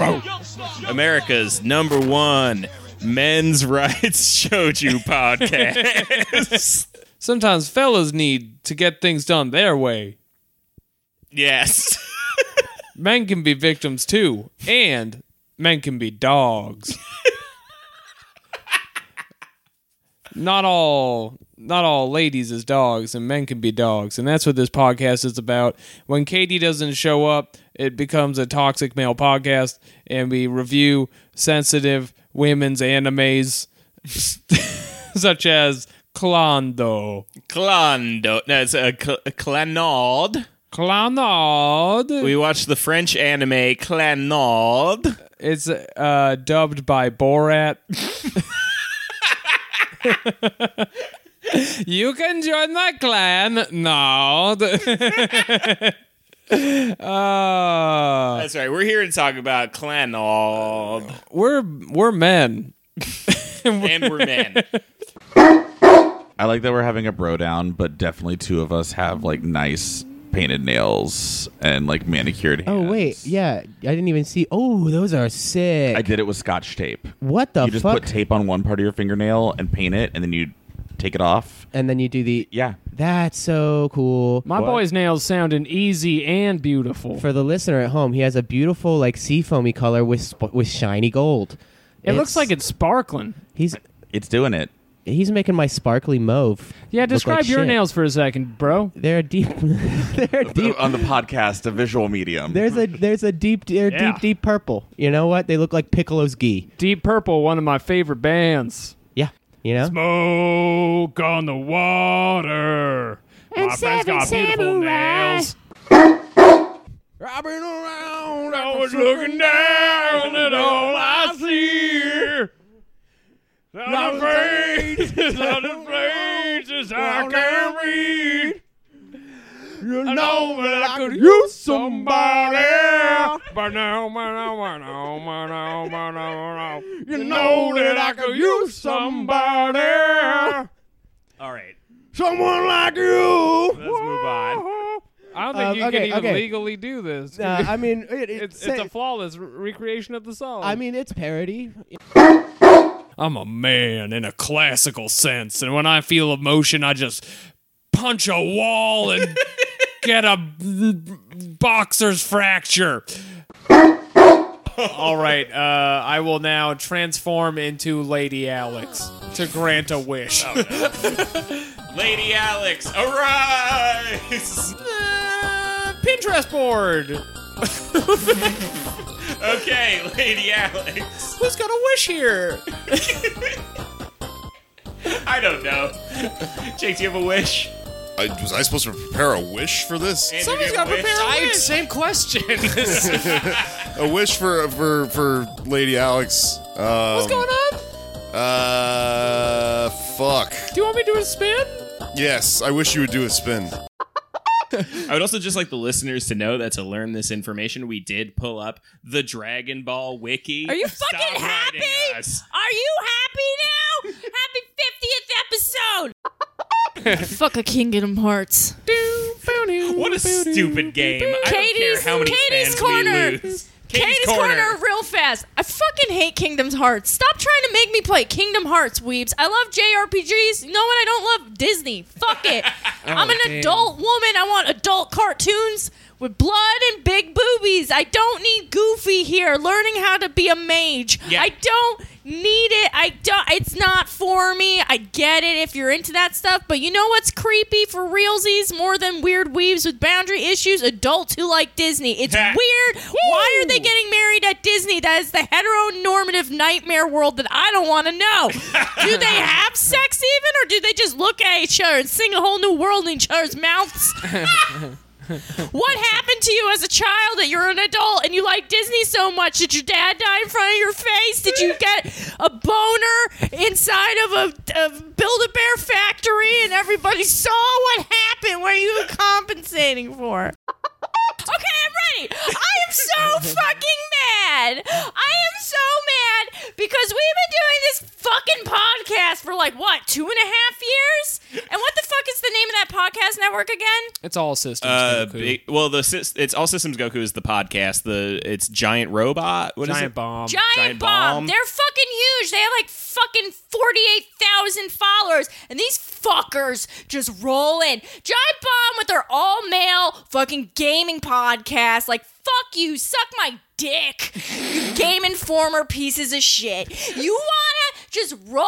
[SPEAKER 2] oh.
[SPEAKER 1] Club. America's number one men's rights
[SPEAKER 2] <laughs>
[SPEAKER 1] showju podcast.
[SPEAKER 2] Sometimes fellas need to get things done their way.
[SPEAKER 1] Yes.
[SPEAKER 2] men can be victims too, and men can be dogs. not all not all ladies is dogs and men can be dogs and that's what this podcast is about when katie doesn't show up it becomes a toxic male podcast and we review sensitive women's animes such as clondo
[SPEAKER 1] Clondo. No, it's a, cl- uh, a Clannad.
[SPEAKER 2] Clannad.
[SPEAKER 1] We watched the French anime Clannad.
[SPEAKER 2] It's uh, dubbed by Borat. <laughs> you can join my clan now. <laughs> uh,
[SPEAKER 1] That's right. We're here to talk about Clannad.
[SPEAKER 2] we're we're men.
[SPEAKER 1] and we're
[SPEAKER 2] <laughs>
[SPEAKER 1] men.
[SPEAKER 4] I like that we're having a bro down, but definitely two of us have like nice painted nails and like manicured hands.
[SPEAKER 15] Oh wait, yeah, I didn't even see. Oh, those are sick.
[SPEAKER 4] I did it with scotch tape.
[SPEAKER 15] What the
[SPEAKER 4] You just
[SPEAKER 15] fuck?
[SPEAKER 4] put tape on one part of your fingernail and paint it, and then you take it off.
[SPEAKER 15] and then you do the
[SPEAKER 4] yeah.
[SPEAKER 15] That's so cool.
[SPEAKER 2] My boy's nails sounding easy and beautiful.
[SPEAKER 15] For the listener at home, he has a beautiful like seafoamy color with sp- with shiny gold.
[SPEAKER 2] It looks like it's sparkling.
[SPEAKER 15] He's
[SPEAKER 4] it's doing it.
[SPEAKER 15] He's making my sparkly mauve.
[SPEAKER 2] Yeah,
[SPEAKER 15] look
[SPEAKER 2] describe
[SPEAKER 15] like
[SPEAKER 2] your
[SPEAKER 15] shit.
[SPEAKER 2] nails for a second, bro.
[SPEAKER 15] They're deep. <laughs> they're deep.
[SPEAKER 4] On the podcast, a visual
[SPEAKER 2] <laughs>
[SPEAKER 4] medium.
[SPEAKER 15] There's a there's a deep they're
[SPEAKER 2] Yeah.
[SPEAKER 15] deep deep purple. You know what? They look like Piccolo's gi.
[SPEAKER 2] Deep Purple, one of my favorite bands.
[SPEAKER 15] Yeah, you know.
[SPEAKER 2] Smoke on the water.
[SPEAKER 12] And
[SPEAKER 2] my friend's got
[SPEAKER 12] Seven
[SPEAKER 2] beautiful
[SPEAKER 12] Samurai.
[SPEAKER 2] nails.
[SPEAKER 12] I've been around. I was looking down at all I see. Not afraid, <laughs> not afraid, as I can read. You know that I could use somebody. You know that I could use somebody.
[SPEAKER 1] All right.
[SPEAKER 12] Someone like you. Uh,
[SPEAKER 1] Let's move on.
[SPEAKER 2] I don't think
[SPEAKER 15] Um,
[SPEAKER 2] you
[SPEAKER 15] okay,
[SPEAKER 2] can even
[SPEAKER 15] okay.
[SPEAKER 2] legally do
[SPEAKER 15] <laughs>
[SPEAKER 2] this.
[SPEAKER 15] Nah, I mean, it- it-
[SPEAKER 2] it's,
[SPEAKER 15] say-
[SPEAKER 2] it's a flawless re- recreation of the song.
[SPEAKER 15] I mean, it's parody.
[SPEAKER 2] I'm a man in a classical sense, and when I feel emotion, I
[SPEAKER 12] <laughs>
[SPEAKER 2] just punch a wall and get a boxer's fracture. All right, uh, I will now transform into Lady Alex to grant a wish.
[SPEAKER 1] Lady Alex, arise!
[SPEAKER 2] <laughs>
[SPEAKER 1] <laughs>
[SPEAKER 2] Pinterest board.
[SPEAKER 1] okay, Lady Alex.
[SPEAKER 2] Who's got a wish here?
[SPEAKER 1] <laughs> I don't know. Jake, do you have a wish?
[SPEAKER 20] I, was I supposed to prepare a wish for this?
[SPEAKER 12] Someone's got to prepare a wish. Same question.
[SPEAKER 20] a wish for for for Lady Alex. Um,
[SPEAKER 12] What's going on?
[SPEAKER 20] Uh, fuck.
[SPEAKER 2] Do you want me to do a spin? <laughs>
[SPEAKER 20] Yes, I wish you would do a spin.
[SPEAKER 1] <laughs> I would also just like the listeners to know that to learn this information, we did pull up the Dragon Ball wiki.
[SPEAKER 8] Are you
[SPEAKER 1] Stop
[SPEAKER 8] fucking happy?
[SPEAKER 1] writing us.
[SPEAKER 8] Are you happy now? Happy 50th episode! <laughs> Fuck a Kingdom Hearts.
[SPEAKER 1] What a stupid game. I don't care
[SPEAKER 8] Katie's-
[SPEAKER 1] how many
[SPEAKER 8] Katie's
[SPEAKER 1] fans
[SPEAKER 8] Corner.
[SPEAKER 1] we lose.
[SPEAKER 8] Katie's, corner. real fast. I fucking hate Kingdom Hearts. Stop trying to make me play Kingdom Hearts, weebs. I love JRPGs. You know what? I don't love Disney. Fuck it. I'm an
[SPEAKER 21] damn.
[SPEAKER 8] adult woman. I want adult cartoons. with blood and big boobies. I don't need Goofy here learning how to be a mage.
[SPEAKER 16] Yeah.
[SPEAKER 8] I don't need it. I don't. It's not for me. I get it if you're into that stuff, but you know what's creepy for realsies more than weird weaves with boundary issues? Adults who like Disney. It's weird. Why are they getting married at Disney? That is the heteronormative nightmare world that I don't want to know. do they have sex even, or do they just look at each other and sing a whole new world in each other's mouths? What happened to you as a child that you're an adult and you like Disney so much? Did your dad die in front of your face? Did you get a boner inside of a, of Build a Bear factory and everybody saw what happened? What are you compensating for? Okay, I'm ready. I am so fucking mad. I am so mad because we've been doing this fucking podcast for like what two and a half years? And what the fuck is the name of that podcast network again?
[SPEAKER 2] It's all systems.
[SPEAKER 1] Uh,
[SPEAKER 2] Goku.
[SPEAKER 1] big- well, the sys- it's all systems Goku is the podcast. The it's giant robot. What is
[SPEAKER 2] Giant
[SPEAKER 1] it?
[SPEAKER 2] bomb.
[SPEAKER 8] Giant, bomb. They're fucking huge. They have like fucking 48,000 followers. And these fuckers just roll in. Giant bomb with their all male fucking gaming podcast. Like, fuck you. Suck my dick. You <laughs> game informer pieces of shit. You wanna just roll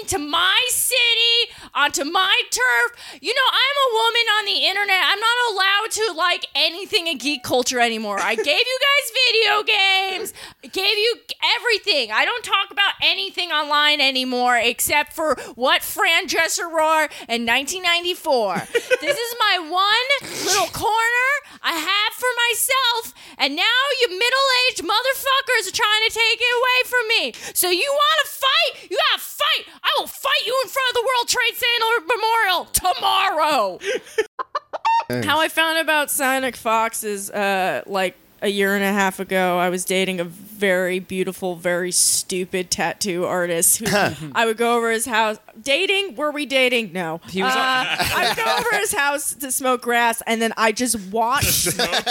[SPEAKER 8] into my city, onto my turf. You know, I'm a woman on the internet. I'm not allowed to like anything in geek culture anymore. I gave you guys video games, I gave you everything. I don't talk about anything online anymore except for what Fran Dresser Roar and 1994. this is my one little corner I have for myself, and now you middle aged motherfuckers are trying to take it away from me. So you want to fight? You gotta fight. I will fight you in front of the World Trade Center Memorial tomorrow. How I found about Sonic Fox is uh, like a year and a half ago. I was dating a very beautiful, very stupid tattoo artist. Who I would go over his house. Dating? Were we dating? No.
[SPEAKER 16] He was-
[SPEAKER 8] Uh, <laughs> I would go over his house to smoke grass, and then I just
[SPEAKER 22] <laughs>
[SPEAKER 8] watched
[SPEAKER 16] That's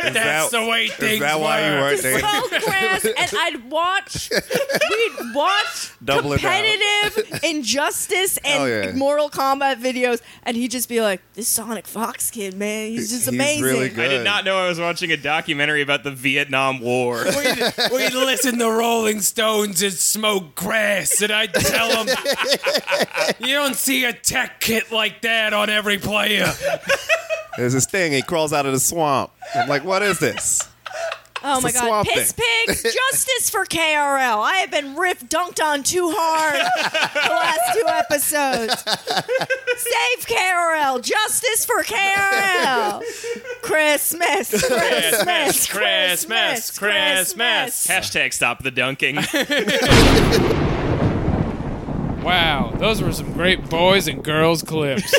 [SPEAKER 22] that-
[SPEAKER 16] the way
[SPEAKER 22] is
[SPEAKER 16] things
[SPEAKER 22] that why you
[SPEAKER 16] were.
[SPEAKER 22] weren't dating?
[SPEAKER 8] smoke grass, and I'd watch. We'd watch
[SPEAKER 22] Double it down.
[SPEAKER 8] competitive injustice
[SPEAKER 22] Hell
[SPEAKER 8] and
[SPEAKER 22] yeah.
[SPEAKER 8] Mortal Kombat videos, and he'd just be like, "This Sonic Fox kid, man, he's just amazing."
[SPEAKER 1] I did not know I was watching a documentary about the Vietnam War. <laughs>
[SPEAKER 11] we listen to Rolling Stones and smoke grass, and I tell them, you don't see a tech kit like that on every player.
[SPEAKER 10] There's this thing. He crawls out of the swamp. I'm like, what is this?
[SPEAKER 8] Oh
[SPEAKER 10] It's
[SPEAKER 8] my
[SPEAKER 10] a
[SPEAKER 8] god.
[SPEAKER 10] swamp
[SPEAKER 8] Piss
[SPEAKER 10] thing. <laughs>
[SPEAKER 8] pigs, justice for KRL. I have been riff dunked on too
[SPEAKER 10] <laughs>
[SPEAKER 8] hard the last two episodes. Save KRL. Justice for KRL.
[SPEAKER 10] <laughs>
[SPEAKER 8] Christmas. Christmas.
[SPEAKER 1] Christmas, Christmas, Christmas. Hashtag stop the dunking.
[SPEAKER 2] <laughs> Wow, those were some great boys and girls clips.
[SPEAKER 1] <laughs>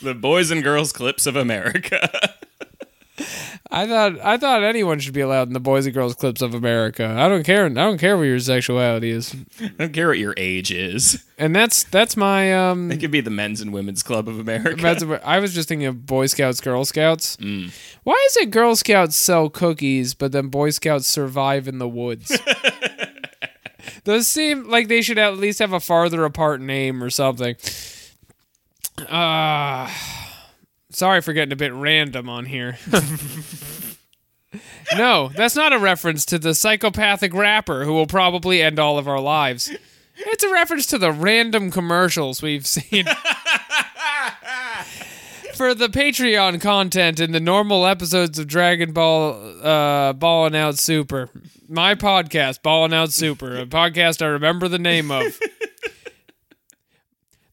[SPEAKER 1] the boys and girls clips of America. <laughs>
[SPEAKER 2] I thought I thought anyone should be allowed in the boys and girls clips of America. I don't care. I don't care what your sexuality is. I
[SPEAKER 1] don't care what your age is.
[SPEAKER 2] And that's that's my um.
[SPEAKER 1] It could be the men's and women's club of America. Mm.
[SPEAKER 2] That's what- I was just thinking of Boy Scouts, Girl Scouts. Why is it Girl Scouts sell cookies, but then Boy Scouts survive in
[SPEAKER 1] <laughs>
[SPEAKER 2] the woods? Those seem like they should at least have a farther apart name or something. Uh, sorry for getting a bit random on here. no, that's not a reference to the psychopathic rapper who will probably end all of our lives. It's a reference to the random commercials we've seen for the Patreon content in the normal episodes of Dragon Ball uh Ballin' Out Super. My podcast, Ballin' Out Super, a podcast I remember the name of.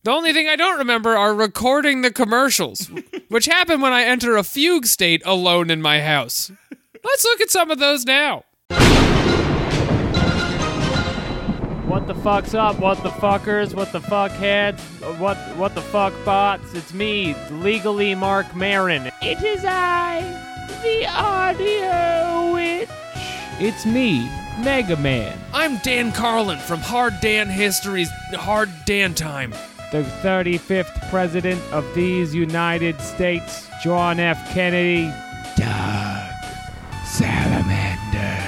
[SPEAKER 2] The only thing I don't remember are recording the commercials, which happen when I enter a fugue state alone in my house. Let's look at some of those now.
[SPEAKER 12] What the fuck's up? What the fuckers? What the fuck heads? What what the fuck bots? It's me, legally Mark Marin.
[SPEAKER 16] It is I, the audio witch.
[SPEAKER 12] It's me, Mega Man.
[SPEAKER 2] I'm Dan Carlin from Hard Dan History's Hard Dan Time.
[SPEAKER 12] the 35th president of these United States, John F. Kennedy. Doug Salamander.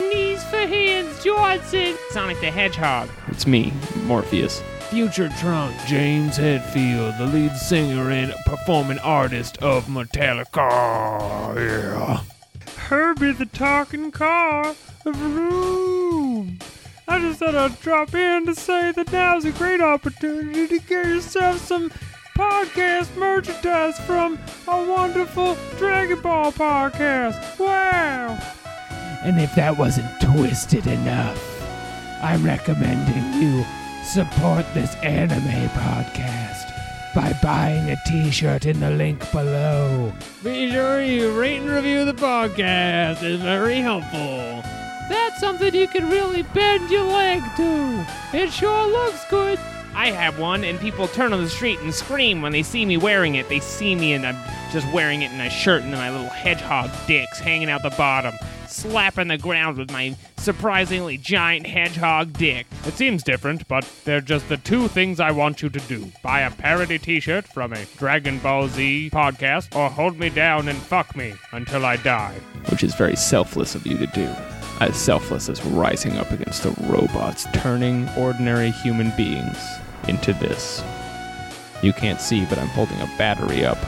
[SPEAKER 12] Knees for hands, Johnson. Sonic the Hedgehog. It's me, Morpheus.
[SPEAKER 2] future drunk James Hetfield, the lead singer and performing artist of Metallica. Yeah. Herbie the talking car of room. I just thought I'd drop in to say that now's a great opportunity to get yourself some podcast merchandise from our wonderful Dragon Ball podcast. Wow! And if that wasn't twisted enough, I'm recommending you support this e- anime podcast by buying a t-shirt in the link below. Be sure you rate and review the podcast. It's very helpful. That's something you can really bend your leg to. It sure looks good. I have one, and people turn on the street and scream when they see me wearing it. They see me, and I'm just wearing it in a shirt, and then my little hedgehog dicks hanging out the bottom, slapping the ground with my surprisingly giant hedgehog dick. It seems different, but they're just the two things I want you to do buy a parody t shirt from a Dragon Ball Z podcast, or hold me down and fuck me until I die. Which is very selfless of you to do. As selfless as rising up against the robots, turning ordinary human beings into this. You can't see, but I'm holding a battery up.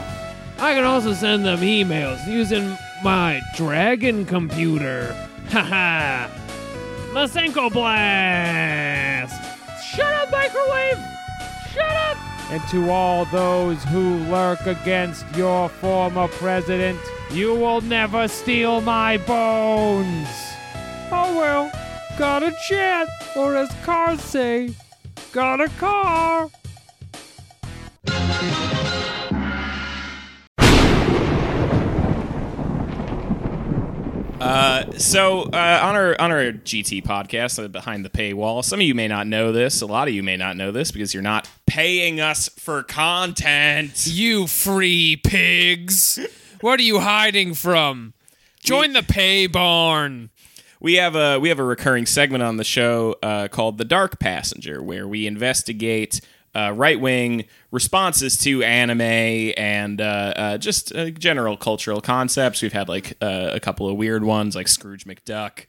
[SPEAKER 2] I can also send them emails using my dragon computer. Haha! Masenko Blast! Shut up, microwave! Shut up! And to all those who lurk against your former president, you will never steal my bones! Oh well, got a jet, or as cars say, got a car!
[SPEAKER 1] Uh, so uh, on our on our GT podcast, uh, behind the paywall, some of you may not know this. A lot of you may not know this because you're not paying us for content.
[SPEAKER 12] You free pigs! what are you hiding from? Join the pay barn.
[SPEAKER 1] We have a we have a recurring segment on the show uh, called the Dark Passenger, where we investigate uh, right wing responses to anime and uh, uh, just uh, general cultural concepts. We've had like uh, a couple of weird ones, like Scrooge McDuck.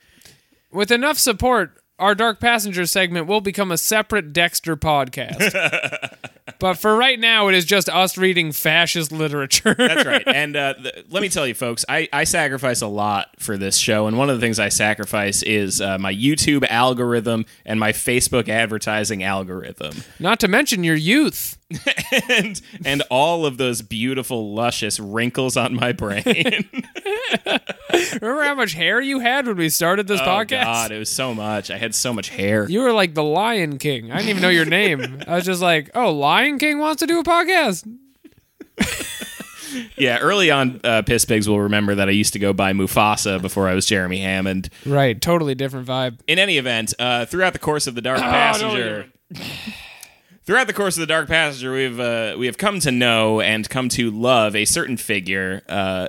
[SPEAKER 12] With enough support, our Dark Passenger segment will become a separate
[SPEAKER 1] <laughs>
[SPEAKER 12] Dexter podcast. but for right now, it is just us reading fascist literature.
[SPEAKER 1] That's
[SPEAKER 2] <laughs>
[SPEAKER 1] right. And uh, th- let me tell you, folks, I, I sacrifice a lot for this show. And one of the things I sacrifice is uh, my YouTube algorithm and my Facebook advertising algorithm.
[SPEAKER 12] <laughs> Not to mention your youth.
[SPEAKER 1] and and all of those beautiful, luscious wrinkles on my brain. <laughs>
[SPEAKER 12] Remember how much hair you had when we started this
[SPEAKER 1] oh,
[SPEAKER 12] podcast?
[SPEAKER 1] God, it was so much. I had so much hair.
[SPEAKER 12] You were like the Lion King. I didn't even know
[SPEAKER 1] <laughs>
[SPEAKER 12] your name. I was just like, oh, Lion King wants to do a podcast.
[SPEAKER 1] Yeah, early on, uh, Piss Pigs will remember that I used to go by Mufasa before I was Jeremy Hammond.
[SPEAKER 12] Right, totally different vibe.
[SPEAKER 1] In any event, uh, throughout the course of the Dark
[SPEAKER 12] Oh,
[SPEAKER 1] Passenger, throughout the course of the Dark Passenger, we've uh, we have come to know and come to love a certain figure uh,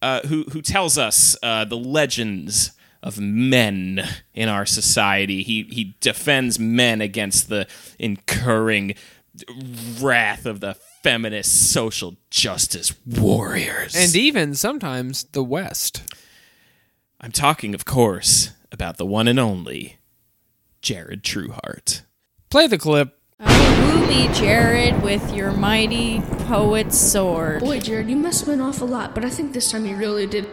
[SPEAKER 1] uh, who who tells us uh, the legends of men in our society. He he defends men against the incurring wrath of the feminist social justice warriors.
[SPEAKER 12] And even sometimes the West.
[SPEAKER 1] I'm talking, of course, about the one and only Jared Trueheart.
[SPEAKER 12] Play
[SPEAKER 1] <laughs>
[SPEAKER 12] the clip.
[SPEAKER 8] Woo me, Jared, with your mighty poet sword.
[SPEAKER 23] Boy, Jared, you must have been off a lot, but I think this time you really did.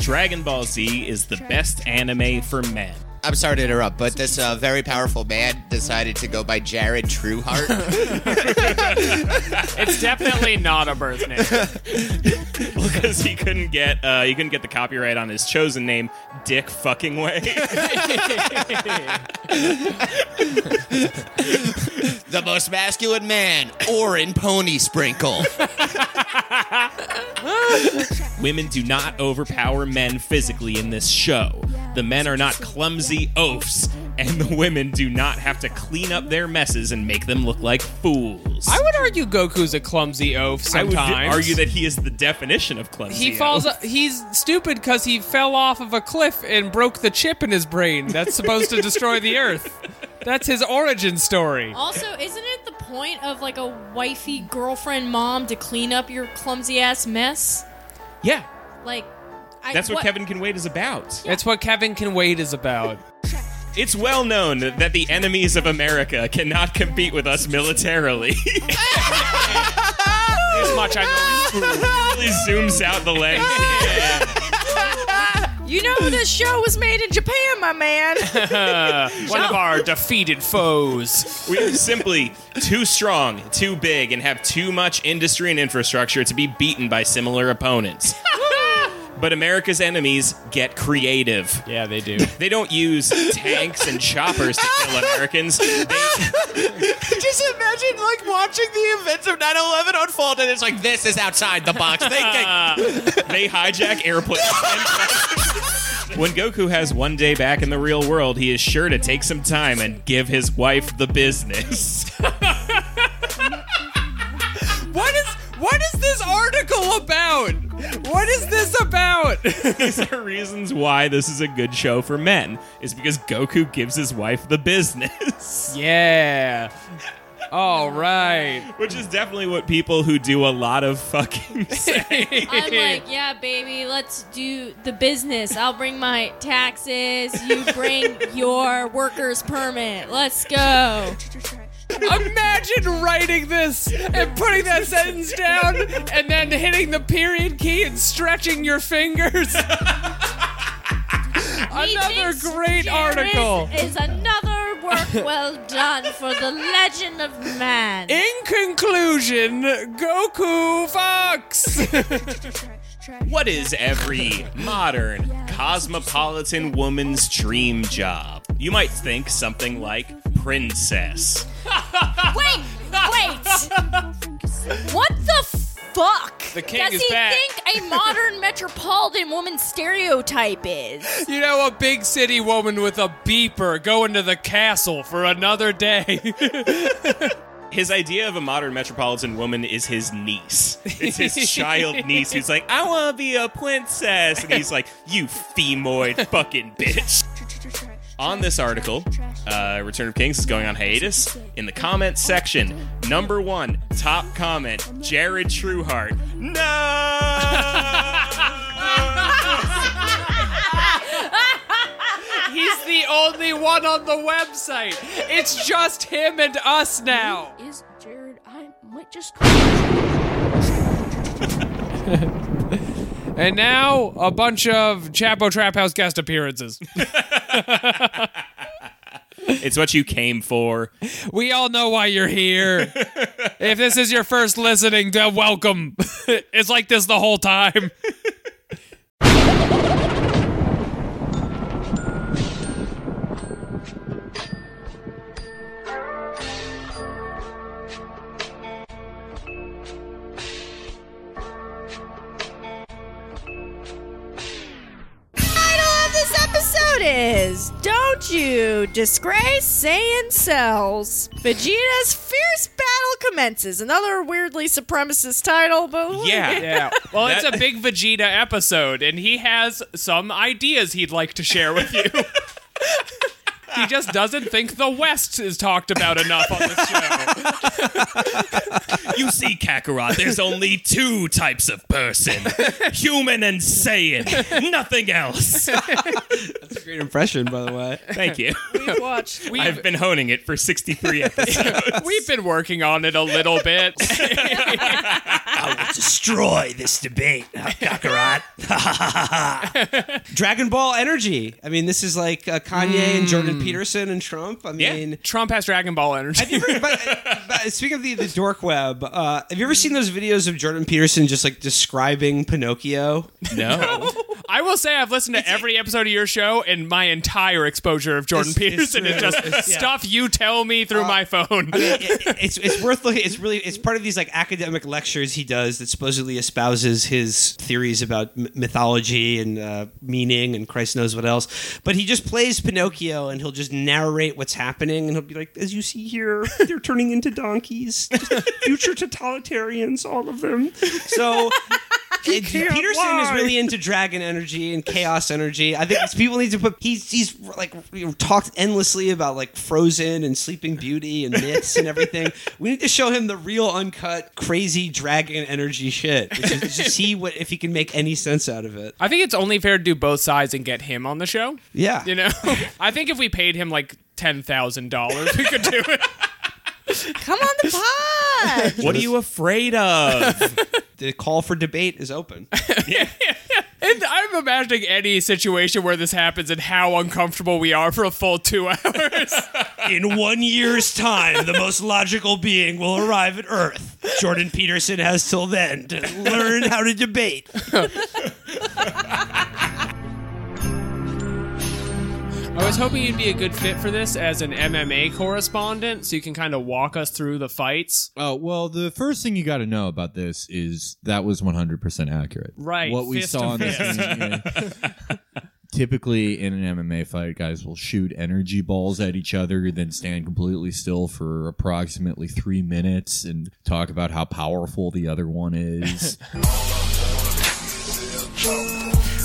[SPEAKER 1] Dragon Ball Z is the best anime for men.
[SPEAKER 16] I'm sorry to interrupt, but this uh, very powerful man decided to go by Jared <laughs> Trueheart.
[SPEAKER 2] It's definitely not a birth name.
[SPEAKER 1] <laughs> because he couldn't get uh, he couldn't get the copyright on his chosen name, Dick Fucking Way.
[SPEAKER 12] <laughs>
[SPEAKER 16] the most masculine man, Orin Pony Sprinkle.
[SPEAKER 1] Women do not overpower men physically in this show. The men are not clumsy oafs, and the women do not have to clean up their messes and make them look like fools.
[SPEAKER 12] I would argue Goku's a clumsy oaf sometimes.
[SPEAKER 1] I would argue that he is the definition of clumsy.
[SPEAKER 12] he falls.
[SPEAKER 1] oaf.
[SPEAKER 12] He's stupid because he fell off of a cliff and broke the chip in his brain that's supposed to destroy the Earth. That's his origin story.
[SPEAKER 8] Also, isn't it the point of like a wifey girlfriend mom to clean up your clumsy ass mess?
[SPEAKER 1] Yeah,
[SPEAKER 8] Like, I,
[SPEAKER 1] that's what, Kevin Can Wait is about.
[SPEAKER 12] That's what Kevin Can Wait is about.
[SPEAKER 1] It's well known that the enemies of America cannot compete with us militarily. <laughs> As much I know. Really zooms out the legs.
[SPEAKER 8] You know this show was made in Japan, my man.
[SPEAKER 1] <laughs> One of our defeated foes. We are simply too strong, too big, and have too much industry and infrastructure to be beaten by similar opponents. But America's enemies get creative. Yeah, they do. They don't use tanks and choppers to kill
[SPEAKER 16] <laughs>
[SPEAKER 1] Americans.
[SPEAKER 16] Just imagine like watching the events of 9/11 unfold, and it's like this is outside the box. They
[SPEAKER 1] they hijack
[SPEAKER 4] <laughs>
[SPEAKER 1] airplanes. when Goku has one day back in the real world, he is sure to take some time and give his wife the business. <laughs>
[SPEAKER 16] What is what is this article about? What is this
[SPEAKER 1] <laughs>
[SPEAKER 16] about?
[SPEAKER 1] These are reasons why this is a good show for men. Is because Goku gives his wife the business. <laughs> Yeah. All right. Which is definitely what people who do a lot of fucking say.
[SPEAKER 19] <laughs> I'm like, yeah, baby, let's do the business. I'll bring my taxes. You bring your worker's permit. Let's go.
[SPEAKER 2] Imagine writing this and putting that sentence down and then hitting the period key and stretching your fingers. Another great article.
[SPEAKER 19] Is another work well done for the legend of man.
[SPEAKER 2] In conclusion, Goku fucks.
[SPEAKER 1] What is every modern, cosmopolitan woman's dream job? You might think something like princess.
[SPEAKER 16] wait,
[SPEAKER 19] wait. What the fuck?
[SPEAKER 1] The king
[SPEAKER 19] does
[SPEAKER 1] is
[SPEAKER 19] he
[SPEAKER 1] back.
[SPEAKER 19] think a modern metropolitan woman stereotype is?
[SPEAKER 2] you know, a big city woman with a beeper going to the castle for another day. <laughs>
[SPEAKER 1] His idea of a modern metropolitan woman is his niece. It's his child niece who's like, I want to be a princess. And he's like, You femoid fucking bitch. On this article, uh, Return of Kings is going on hiatus. In the comments section, number one, top comment, Jared Trueheart.
[SPEAKER 12] <laughs>
[SPEAKER 2] He's the only one on the website. It's just him and us now.
[SPEAKER 24] Is Jared? I might just.
[SPEAKER 2] And now a bunch of Chapo Trap House guest appearances.
[SPEAKER 1] It's what you came for.
[SPEAKER 2] We all know why you're here. if this is your first listening, uh, welcome. <laughs> it's like this the whole time.
[SPEAKER 8] title of this episode is Don't You Disgrace Saiyan Cells. Vegeta's fierce battle commences. Another weirdly supremacist title, but
[SPEAKER 2] Well, it's a big Vegeta episode, and he has some ideas he'd like to share with you. he just doesn't think the West is talked about enough on this
[SPEAKER 1] You see, Kakarot, there's only two types of person human and Saiyan. Nothing else.
[SPEAKER 13] <laughs> That's a great impression, by the way.
[SPEAKER 1] <laughs> Thank
[SPEAKER 2] <laughs>
[SPEAKER 1] you.
[SPEAKER 8] We've watched.
[SPEAKER 1] <laughs> I've been honing it for 63 episodes.
[SPEAKER 2] We've been working on it a little
[SPEAKER 13] <laughs>
[SPEAKER 2] bit.
[SPEAKER 1] destroy this debate, Kakarot.
[SPEAKER 13] <laughs> Dragon Ball energy. I mean, this is like uh, Kanye and Jordan Peterson and Trump. I mean,
[SPEAKER 2] Hmm. Trump has Dragon Ball energy.
[SPEAKER 13] Have you ever, but,
[SPEAKER 2] <laughs>
[SPEAKER 13] but speaking of the, the dork web, uh, have you ever seen those videos of Jordan Peterson just like describing Pinocchio? <laughs>
[SPEAKER 1] No.
[SPEAKER 2] I will say I've listened to every episode of your show, and my entire exposure of Jordan
[SPEAKER 13] It's- it's
[SPEAKER 2] Peterson is
[SPEAKER 13] true.
[SPEAKER 2] just
[SPEAKER 13] It's- yeah. Uh,
[SPEAKER 2] stuff you tell me through my phone.
[SPEAKER 13] it's it's worth looking. It's really it's part of these like academic lectures he does that supposedly espouses his theories about m- mythology and uh, meaning and Christ knows what else. But he just plays Pinocchio and he'll just narrate what's happening and he'll be like, as you see here, they're turning <laughs> into donkeys, future totalitarians, all of them. So. It- Peterson is really into dragon energy and chaos energy. I think these people need to put. He's he's like we talked endlessly about like Frozen and Sleeping Beauty and myths and everything. We need to show him the real uncut crazy dragon energy shit. Which is, to see what if he can make any sense out of it.
[SPEAKER 2] I think it's only fair to do both sides and get him on the show.
[SPEAKER 13] Yeah.
[SPEAKER 2] You know? <laughs> I think if we paid him like $10,000, we could do it. <laughs>
[SPEAKER 8] Come on the pod.
[SPEAKER 1] What are you afraid of?
[SPEAKER 13] <laughs> the call for debate is open.
[SPEAKER 2] And I'm imagining any situation where this happens and how uncomfortable we are for a full two <laughs> hours.
[SPEAKER 13] In one year's time, the most logical being will arrive at Earth. Jordan Peterson has till then to learn how to debate.
[SPEAKER 2] I was hoping you'd be a good fit for this as an MMA correspondent, so you can kind of walk us through the fights.
[SPEAKER 25] Oh, well, the first thing you got to know about this is that was 100% accurate.
[SPEAKER 2] Right,
[SPEAKER 25] What we
[SPEAKER 2] fist
[SPEAKER 25] saw in
[SPEAKER 2] to
[SPEAKER 25] this
[SPEAKER 2] fist. <laughs>
[SPEAKER 25] typically in an MMA fight, guys will shoot energy balls at each other, then stand completely still for approximately three minutes and talk about how powerful the other one is.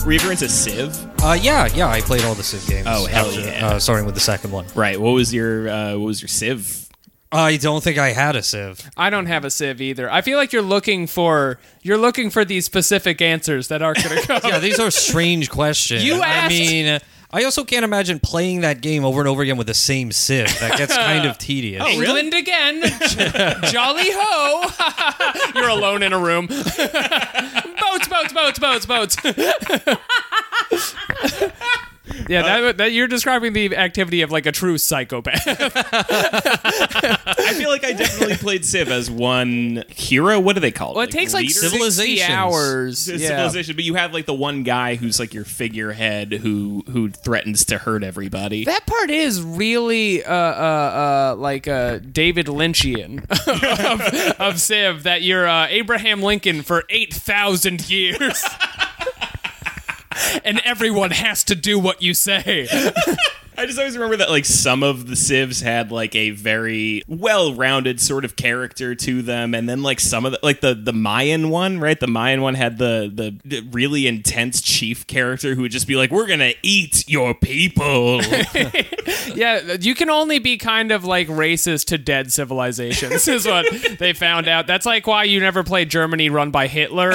[SPEAKER 1] Were you ever into Civ?
[SPEAKER 26] <laughs> Uh, yeah, yeah, I played all the Civ games.
[SPEAKER 1] Oh, hell
[SPEAKER 26] after,
[SPEAKER 1] yeah.
[SPEAKER 26] Uh, starting with the second one.
[SPEAKER 1] Right. What was your uh, What was your Civ?
[SPEAKER 26] I don't think I had a Civ.
[SPEAKER 2] I don't have a sieve either. I feel like you're looking for you're looking for these specific answers that aren't going to <laughs> come.
[SPEAKER 26] yeah, these are strange questions.
[SPEAKER 2] You
[SPEAKER 26] I
[SPEAKER 2] asked-
[SPEAKER 26] mean, I also can't imagine playing that game over and over again with the same Civ. That gets
[SPEAKER 2] <laughs>
[SPEAKER 26] kind of tedious.
[SPEAKER 2] England <laughs> again, jolly ho! <laughs> You're alone in a room. boats, boats, boats, boats, boats. yeah, that, that you're describing the activity of like a true psychopath.
[SPEAKER 1] I feel like I <laughs> definitely played Civ as one hero. What do they call it?
[SPEAKER 2] Well, it takes, like,
[SPEAKER 1] leader?
[SPEAKER 2] 60 Civilizations. hours.
[SPEAKER 1] It's
[SPEAKER 2] Yeah.
[SPEAKER 1] Civilization, but you have like the one guy who's like your figurehead who who threatens to hurt everybody.
[SPEAKER 2] <laughs> That part is really uh, uh, uh, like uh, David
[SPEAKER 12] <laughs>
[SPEAKER 2] Lynchian of, <laughs> of Civ, that you're uh, Abraham Lincoln for 8,000 <laughs> years. and everyone has to do what you say.
[SPEAKER 1] I just always remember that like some of the civs had like a very well-rounded sort of character to them, and then like some of the like the the Mayan one, right? The Mayan one had the the the really intense chief character who would just be like, "We're gonna eat your
[SPEAKER 6] <laughs>
[SPEAKER 1] people."
[SPEAKER 2] yeah, you can only be kind of like racist to dead civilizations, is what they found out. That's like why you never played Germany run by Hitler.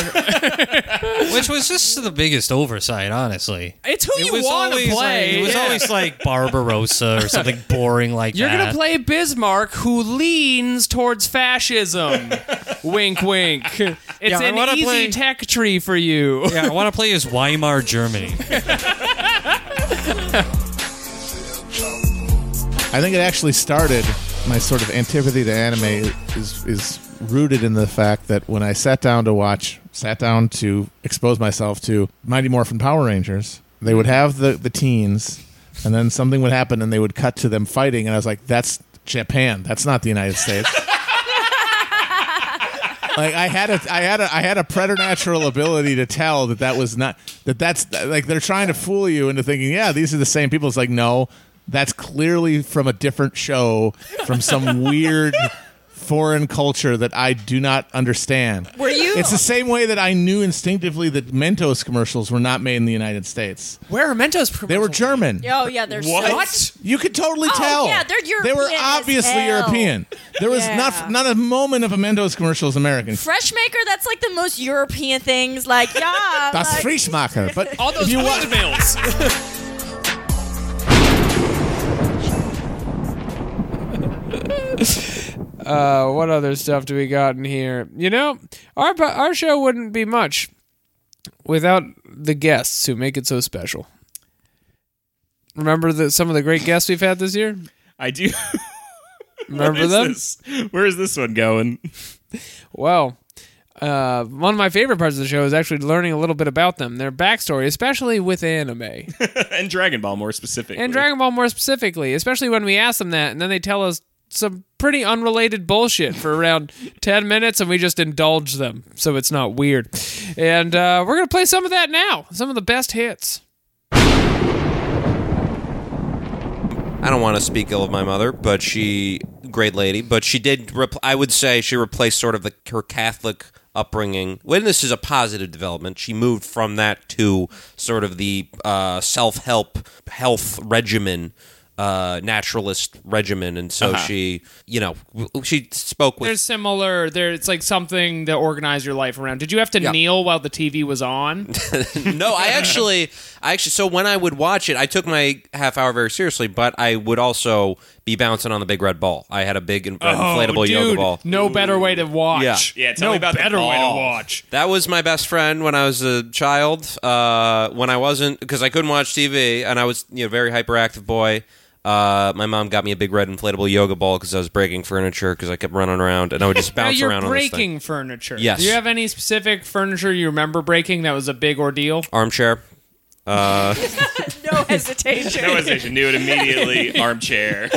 [SPEAKER 26] Which was just the biggest oversight, honestly.
[SPEAKER 2] It's who you
[SPEAKER 26] was
[SPEAKER 2] want to
[SPEAKER 26] always
[SPEAKER 2] play.
[SPEAKER 26] like- it was
[SPEAKER 2] Yeah.
[SPEAKER 26] always like Barbarossa or something boring like
[SPEAKER 2] You're
[SPEAKER 26] that.
[SPEAKER 2] gonna play Bismarck, who leans towards
[SPEAKER 26] <laughs>
[SPEAKER 2] fascism. wink, wink. It's
[SPEAKER 26] I
[SPEAKER 2] an
[SPEAKER 26] wanna
[SPEAKER 2] easy
[SPEAKER 26] play-
[SPEAKER 2] tech tree for you.
[SPEAKER 26] Yeah, I want to play as Weimar Germany.
[SPEAKER 20] I think it actually started my sort of antipathy to anime is is rooted in the fact that when I sat down to watch, sat down to expose myself to Mighty Morphin Power Rangers, they would have the the teens, and then something would happen, and they would cut to them fighting, and I was like, "That's Japan. That's not the United States." like I had a I had a I had a preternatural ability to tell that that was not that that's like they're trying to fool you into thinking yeah these are the same people. It's like no, that's clearly from a different show from
[SPEAKER 2] <laughs>
[SPEAKER 20] some weird foreign culture that I do not understand.
[SPEAKER 16] Were you-
[SPEAKER 20] It's the same way that I knew instinctively that Mentos commercials were not made in the United States.
[SPEAKER 2] Where are Mentos commercials?
[SPEAKER 20] They were German.
[SPEAKER 8] <laughs> Oh yeah, they're so-
[SPEAKER 20] What? You could totally
[SPEAKER 8] Oh,
[SPEAKER 20] tell.
[SPEAKER 8] yeah, they're
[SPEAKER 20] They were
[SPEAKER 8] European as
[SPEAKER 20] obviously
[SPEAKER 8] hell.
[SPEAKER 20] European. There was not not a moment of a Mentos commercial is American.
[SPEAKER 8] Freshmaker, that's like the most European things. Like, yeah.
[SPEAKER 20] Das
[SPEAKER 8] like,
[SPEAKER 20] Frischmacher. But
[SPEAKER 2] All those
[SPEAKER 20] if you wa-
[SPEAKER 2] windmills.
[SPEAKER 20] <laughs>
[SPEAKER 2] uh, what other stuff do we got in here? You know, our po- our show wouldn't be much without the guests who make it so special. Remember the, some of the great guests we've had this year?
[SPEAKER 1] I do.
[SPEAKER 2] Remember
[SPEAKER 1] is <laughs>
[SPEAKER 2] them?
[SPEAKER 1] this? Where is this one <laughs> going?
[SPEAKER 2] Well, uh, one of my favorite parts of the show is actually learning a little bit about them, their backstory, especially with anime.
[SPEAKER 1] and Dragon Ball more specifically.
[SPEAKER 2] And Dragon Ball more specifically, especially when we ask them that, and then they tell us some pretty unrelated bullshit for around <laughs> 10 minutes, and we just indulge them, so it's not weird. And uh, we're going to play some of that now, some of the best hits.
[SPEAKER 27] I don't want to speak ill of my mother, but she
[SPEAKER 6] great lady, but she did. Repl- I would say she replaced sort of the, her Catholic upbringing. When this is a positive development, she moved from that to sort of the uh, self help health regimen. Uh, naturalist regimen, and so
[SPEAKER 2] Uh-huh.
[SPEAKER 6] she, you know, w- she spoke
[SPEAKER 2] <laughs>
[SPEAKER 6] with
[SPEAKER 2] They're similar. They're, it's like something to organize your life around. Did you have to
[SPEAKER 6] Yeah.
[SPEAKER 2] kneel while the TV was
[SPEAKER 6] <laughs>
[SPEAKER 2] on?
[SPEAKER 6] no, I actually, I actually. So when I would watch it, I took my half hour very seriously, but I would also be bouncing on the big red ball. I had a big in- inflatable
[SPEAKER 2] Oh, dude,
[SPEAKER 6] yoga ball.
[SPEAKER 2] No better way to watch.
[SPEAKER 6] Yeah. Yeah,
[SPEAKER 1] tell
[SPEAKER 2] no
[SPEAKER 1] me about the
[SPEAKER 2] better way to
[SPEAKER 1] ball.
[SPEAKER 2] watch.
[SPEAKER 6] That was my best friend when I was a child. Uh, when I wasn't, because I couldn't watch TV, and I was you know very hyperactive boy. Uh, my mom got me a big red inflatable yoga ball because I was breaking furniture because I kept running around and I
[SPEAKER 2] <laughs>
[SPEAKER 6] would just
[SPEAKER 2] Now
[SPEAKER 6] bounce
[SPEAKER 2] you're
[SPEAKER 6] around on this thing.
[SPEAKER 2] breaking furniture.
[SPEAKER 6] Yes.
[SPEAKER 2] Do you have any specific furniture you remember breaking that was a big ordeal?
[SPEAKER 6] Armchair. Uh,
[SPEAKER 8] No hesitation.
[SPEAKER 1] No hesitation. Knew it
[SPEAKER 2] <laughs>
[SPEAKER 1] immediately. Armchair.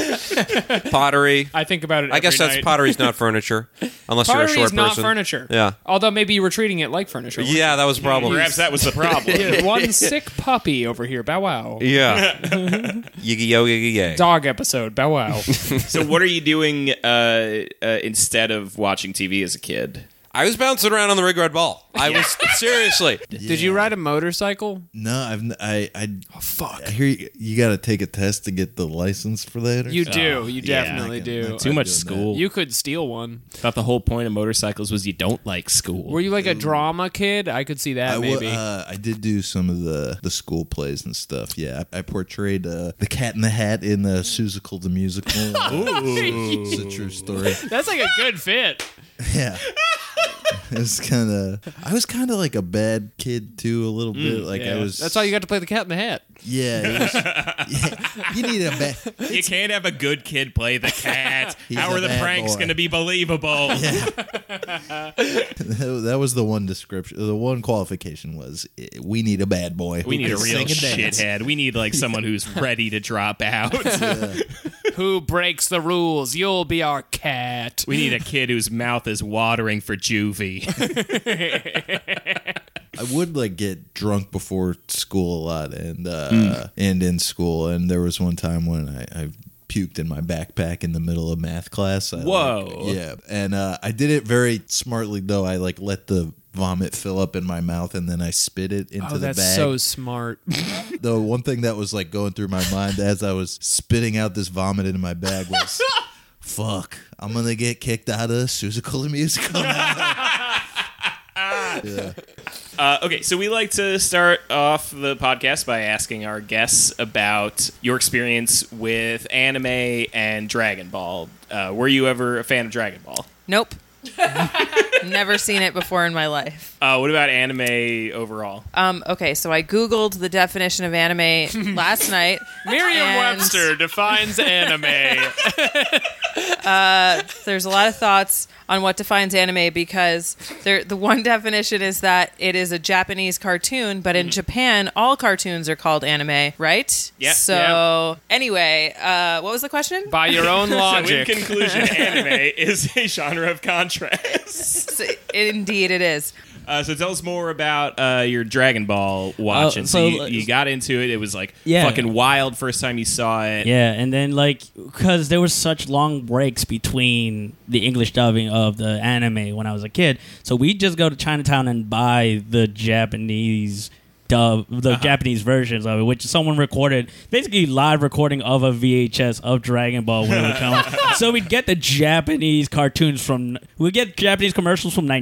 [SPEAKER 6] pottery.
[SPEAKER 2] I think about it.
[SPEAKER 6] I guess
[SPEAKER 2] every
[SPEAKER 6] that's
[SPEAKER 2] night.
[SPEAKER 6] pottery's not furniture, unless
[SPEAKER 2] Pottery
[SPEAKER 6] you're a short
[SPEAKER 2] is not
[SPEAKER 6] person.
[SPEAKER 2] furniture.
[SPEAKER 6] Yeah.
[SPEAKER 2] Although maybe you were treating it like furniture. weren't
[SPEAKER 6] Yeah,
[SPEAKER 2] you?
[SPEAKER 6] that was a problem. Perhaps that was the problem.
[SPEAKER 2] <laughs> Yeah, One sick puppy over here. Bow wow.
[SPEAKER 6] Yeah.
[SPEAKER 2] <laughs>
[SPEAKER 6] Yiggy yo yiggy yay.
[SPEAKER 2] Dog episode. Bow
[SPEAKER 6] <laughs>
[SPEAKER 2] wow.
[SPEAKER 1] so what are you doing uh, uh, instead of watching TV as a kid?
[SPEAKER 6] I was bouncing around on the rig red ball. I was
[SPEAKER 1] <laughs>
[SPEAKER 6] seriously.
[SPEAKER 2] Did you ride a motorcycle?
[SPEAKER 14] No, I've n- I I oh, fuck. I hear you, you got to take a test to get the license for that. Or
[SPEAKER 2] You
[SPEAKER 14] something?
[SPEAKER 1] Oh,
[SPEAKER 6] Oh,
[SPEAKER 2] do. You
[SPEAKER 14] Yeah,
[SPEAKER 2] definitely
[SPEAKER 14] I can-
[SPEAKER 2] do.
[SPEAKER 14] I'm not doing that.
[SPEAKER 2] You could steal one.
[SPEAKER 1] Thought the whole point of motorcycles was you don't like school.
[SPEAKER 2] Were you like a drama kid? I could see that
[SPEAKER 14] I, wa-
[SPEAKER 2] maybe.
[SPEAKER 14] uh, I did do some of the, the school plays and stuff. Yeah, I, I portrayed uh, the Cat in the Hat in the Seussical the
[SPEAKER 2] <laughs>
[SPEAKER 14] musical.
[SPEAKER 2] Oh, Ooh.
[SPEAKER 14] it's a true story. <laughs>
[SPEAKER 2] That's like a good fit.
[SPEAKER 14] Yeah. It's kind of. I was kind of like a bad kid too, a little bit. Like I was.
[SPEAKER 2] Mm, That's how you got to play the cat in the hat.
[SPEAKER 14] Yeah, it was- you need a bad.
[SPEAKER 1] You can't have a good kid play the cat.
[SPEAKER 14] <laughs> He's
[SPEAKER 1] How
[SPEAKER 14] a
[SPEAKER 1] are the
[SPEAKER 14] bad
[SPEAKER 1] pranks
[SPEAKER 14] boy.
[SPEAKER 1] going to be
[SPEAKER 14] <laughs>
[SPEAKER 1] believable?
[SPEAKER 14] that was the one description. The one qualification was eh, we need a bad boy.
[SPEAKER 1] We
[SPEAKER 14] who
[SPEAKER 1] need a
[SPEAKER 14] can
[SPEAKER 1] real
[SPEAKER 14] sing and dance.
[SPEAKER 1] shithead. We
[SPEAKER 14] <laughs>
[SPEAKER 1] need like someone who's ready to drop out.
[SPEAKER 2] Who breaks the rules? You'll be our cat.
[SPEAKER 1] We need a kid whose mouth is watering for juvie. <laughs>
[SPEAKER 14] I would like get drunk before school a lot and uh
[SPEAKER 1] Hmm.
[SPEAKER 20] Mm.
[SPEAKER 14] and in school and there was one time when I, I puked in my backpack in the middle of math class. I, like,
[SPEAKER 1] Whoa.
[SPEAKER 14] yeah. And uh I did it very smartly though. I like let the vomit fill up in my mouth and then I spit it into
[SPEAKER 2] oh,
[SPEAKER 14] the
[SPEAKER 2] that's
[SPEAKER 14] bag.
[SPEAKER 2] so smart.
[SPEAKER 14] <laughs> the one thing that was like going through my mind as I was spitting out this vomit into my bag was fuck, I'm gonna get kicked out of Susical the musical. yeah.
[SPEAKER 1] Uh, okay, so we like to start off the podcast by asking our guests about your experience with anime and Dragon Ball. Uh, were you ever a fan of Dragon Ball?
[SPEAKER 18] <laughs> Nope. Never seen it before in my life.
[SPEAKER 1] Uh, what about anime
[SPEAKER 2] <laughs>
[SPEAKER 1] overall?
[SPEAKER 18] Um, okay, so I Googled the definition
[SPEAKER 2] <laughs>
[SPEAKER 18] of anime last night.
[SPEAKER 2] Merriam-Webster defines anime.
[SPEAKER 18] uh, there's a lot of thoughts on what defines anime because there, the one definition is that it is a Japanese cartoon, but in
[SPEAKER 2] Mm.
[SPEAKER 18] Japan, all cartoons are called anime, right?
[SPEAKER 2] Yeah,
[SPEAKER 18] So, anyway, uh, what was the question?
[SPEAKER 2] By your own
[SPEAKER 1] <laughs>
[SPEAKER 2] logic.
[SPEAKER 1] So in conclusion, anime is a genre of contrast.
[SPEAKER 18] <laughs> So, indeed, it is.
[SPEAKER 1] Uh, so tell us more about uh, your Dragon Ball
[SPEAKER 2] Uh,
[SPEAKER 1] watching. so
[SPEAKER 27] so-
[SPEAKER 1] you, you got into it. It was like
[SPEAKER 27] Yeah.
[SPEAKER 1] fucking wild first time you saw it.
[SPEAKER 27] <laughs> Yeah, and then like because there were such long breaks between the English dubbing of the anime when I was a kid, so we just go to Chinatown and buy the Japanese dub, the
[SPEAKER 4] Uh-huh.
[SPEAKER 27] Japanese versions of it, which someone recorded basically live recording of a VHS of Dragon Ball when it would
[SPEAKER 4] <laughs>
[SPEAKER 27] come. out. so we'd get the Japanese cartoons from we get Japanese commercials from like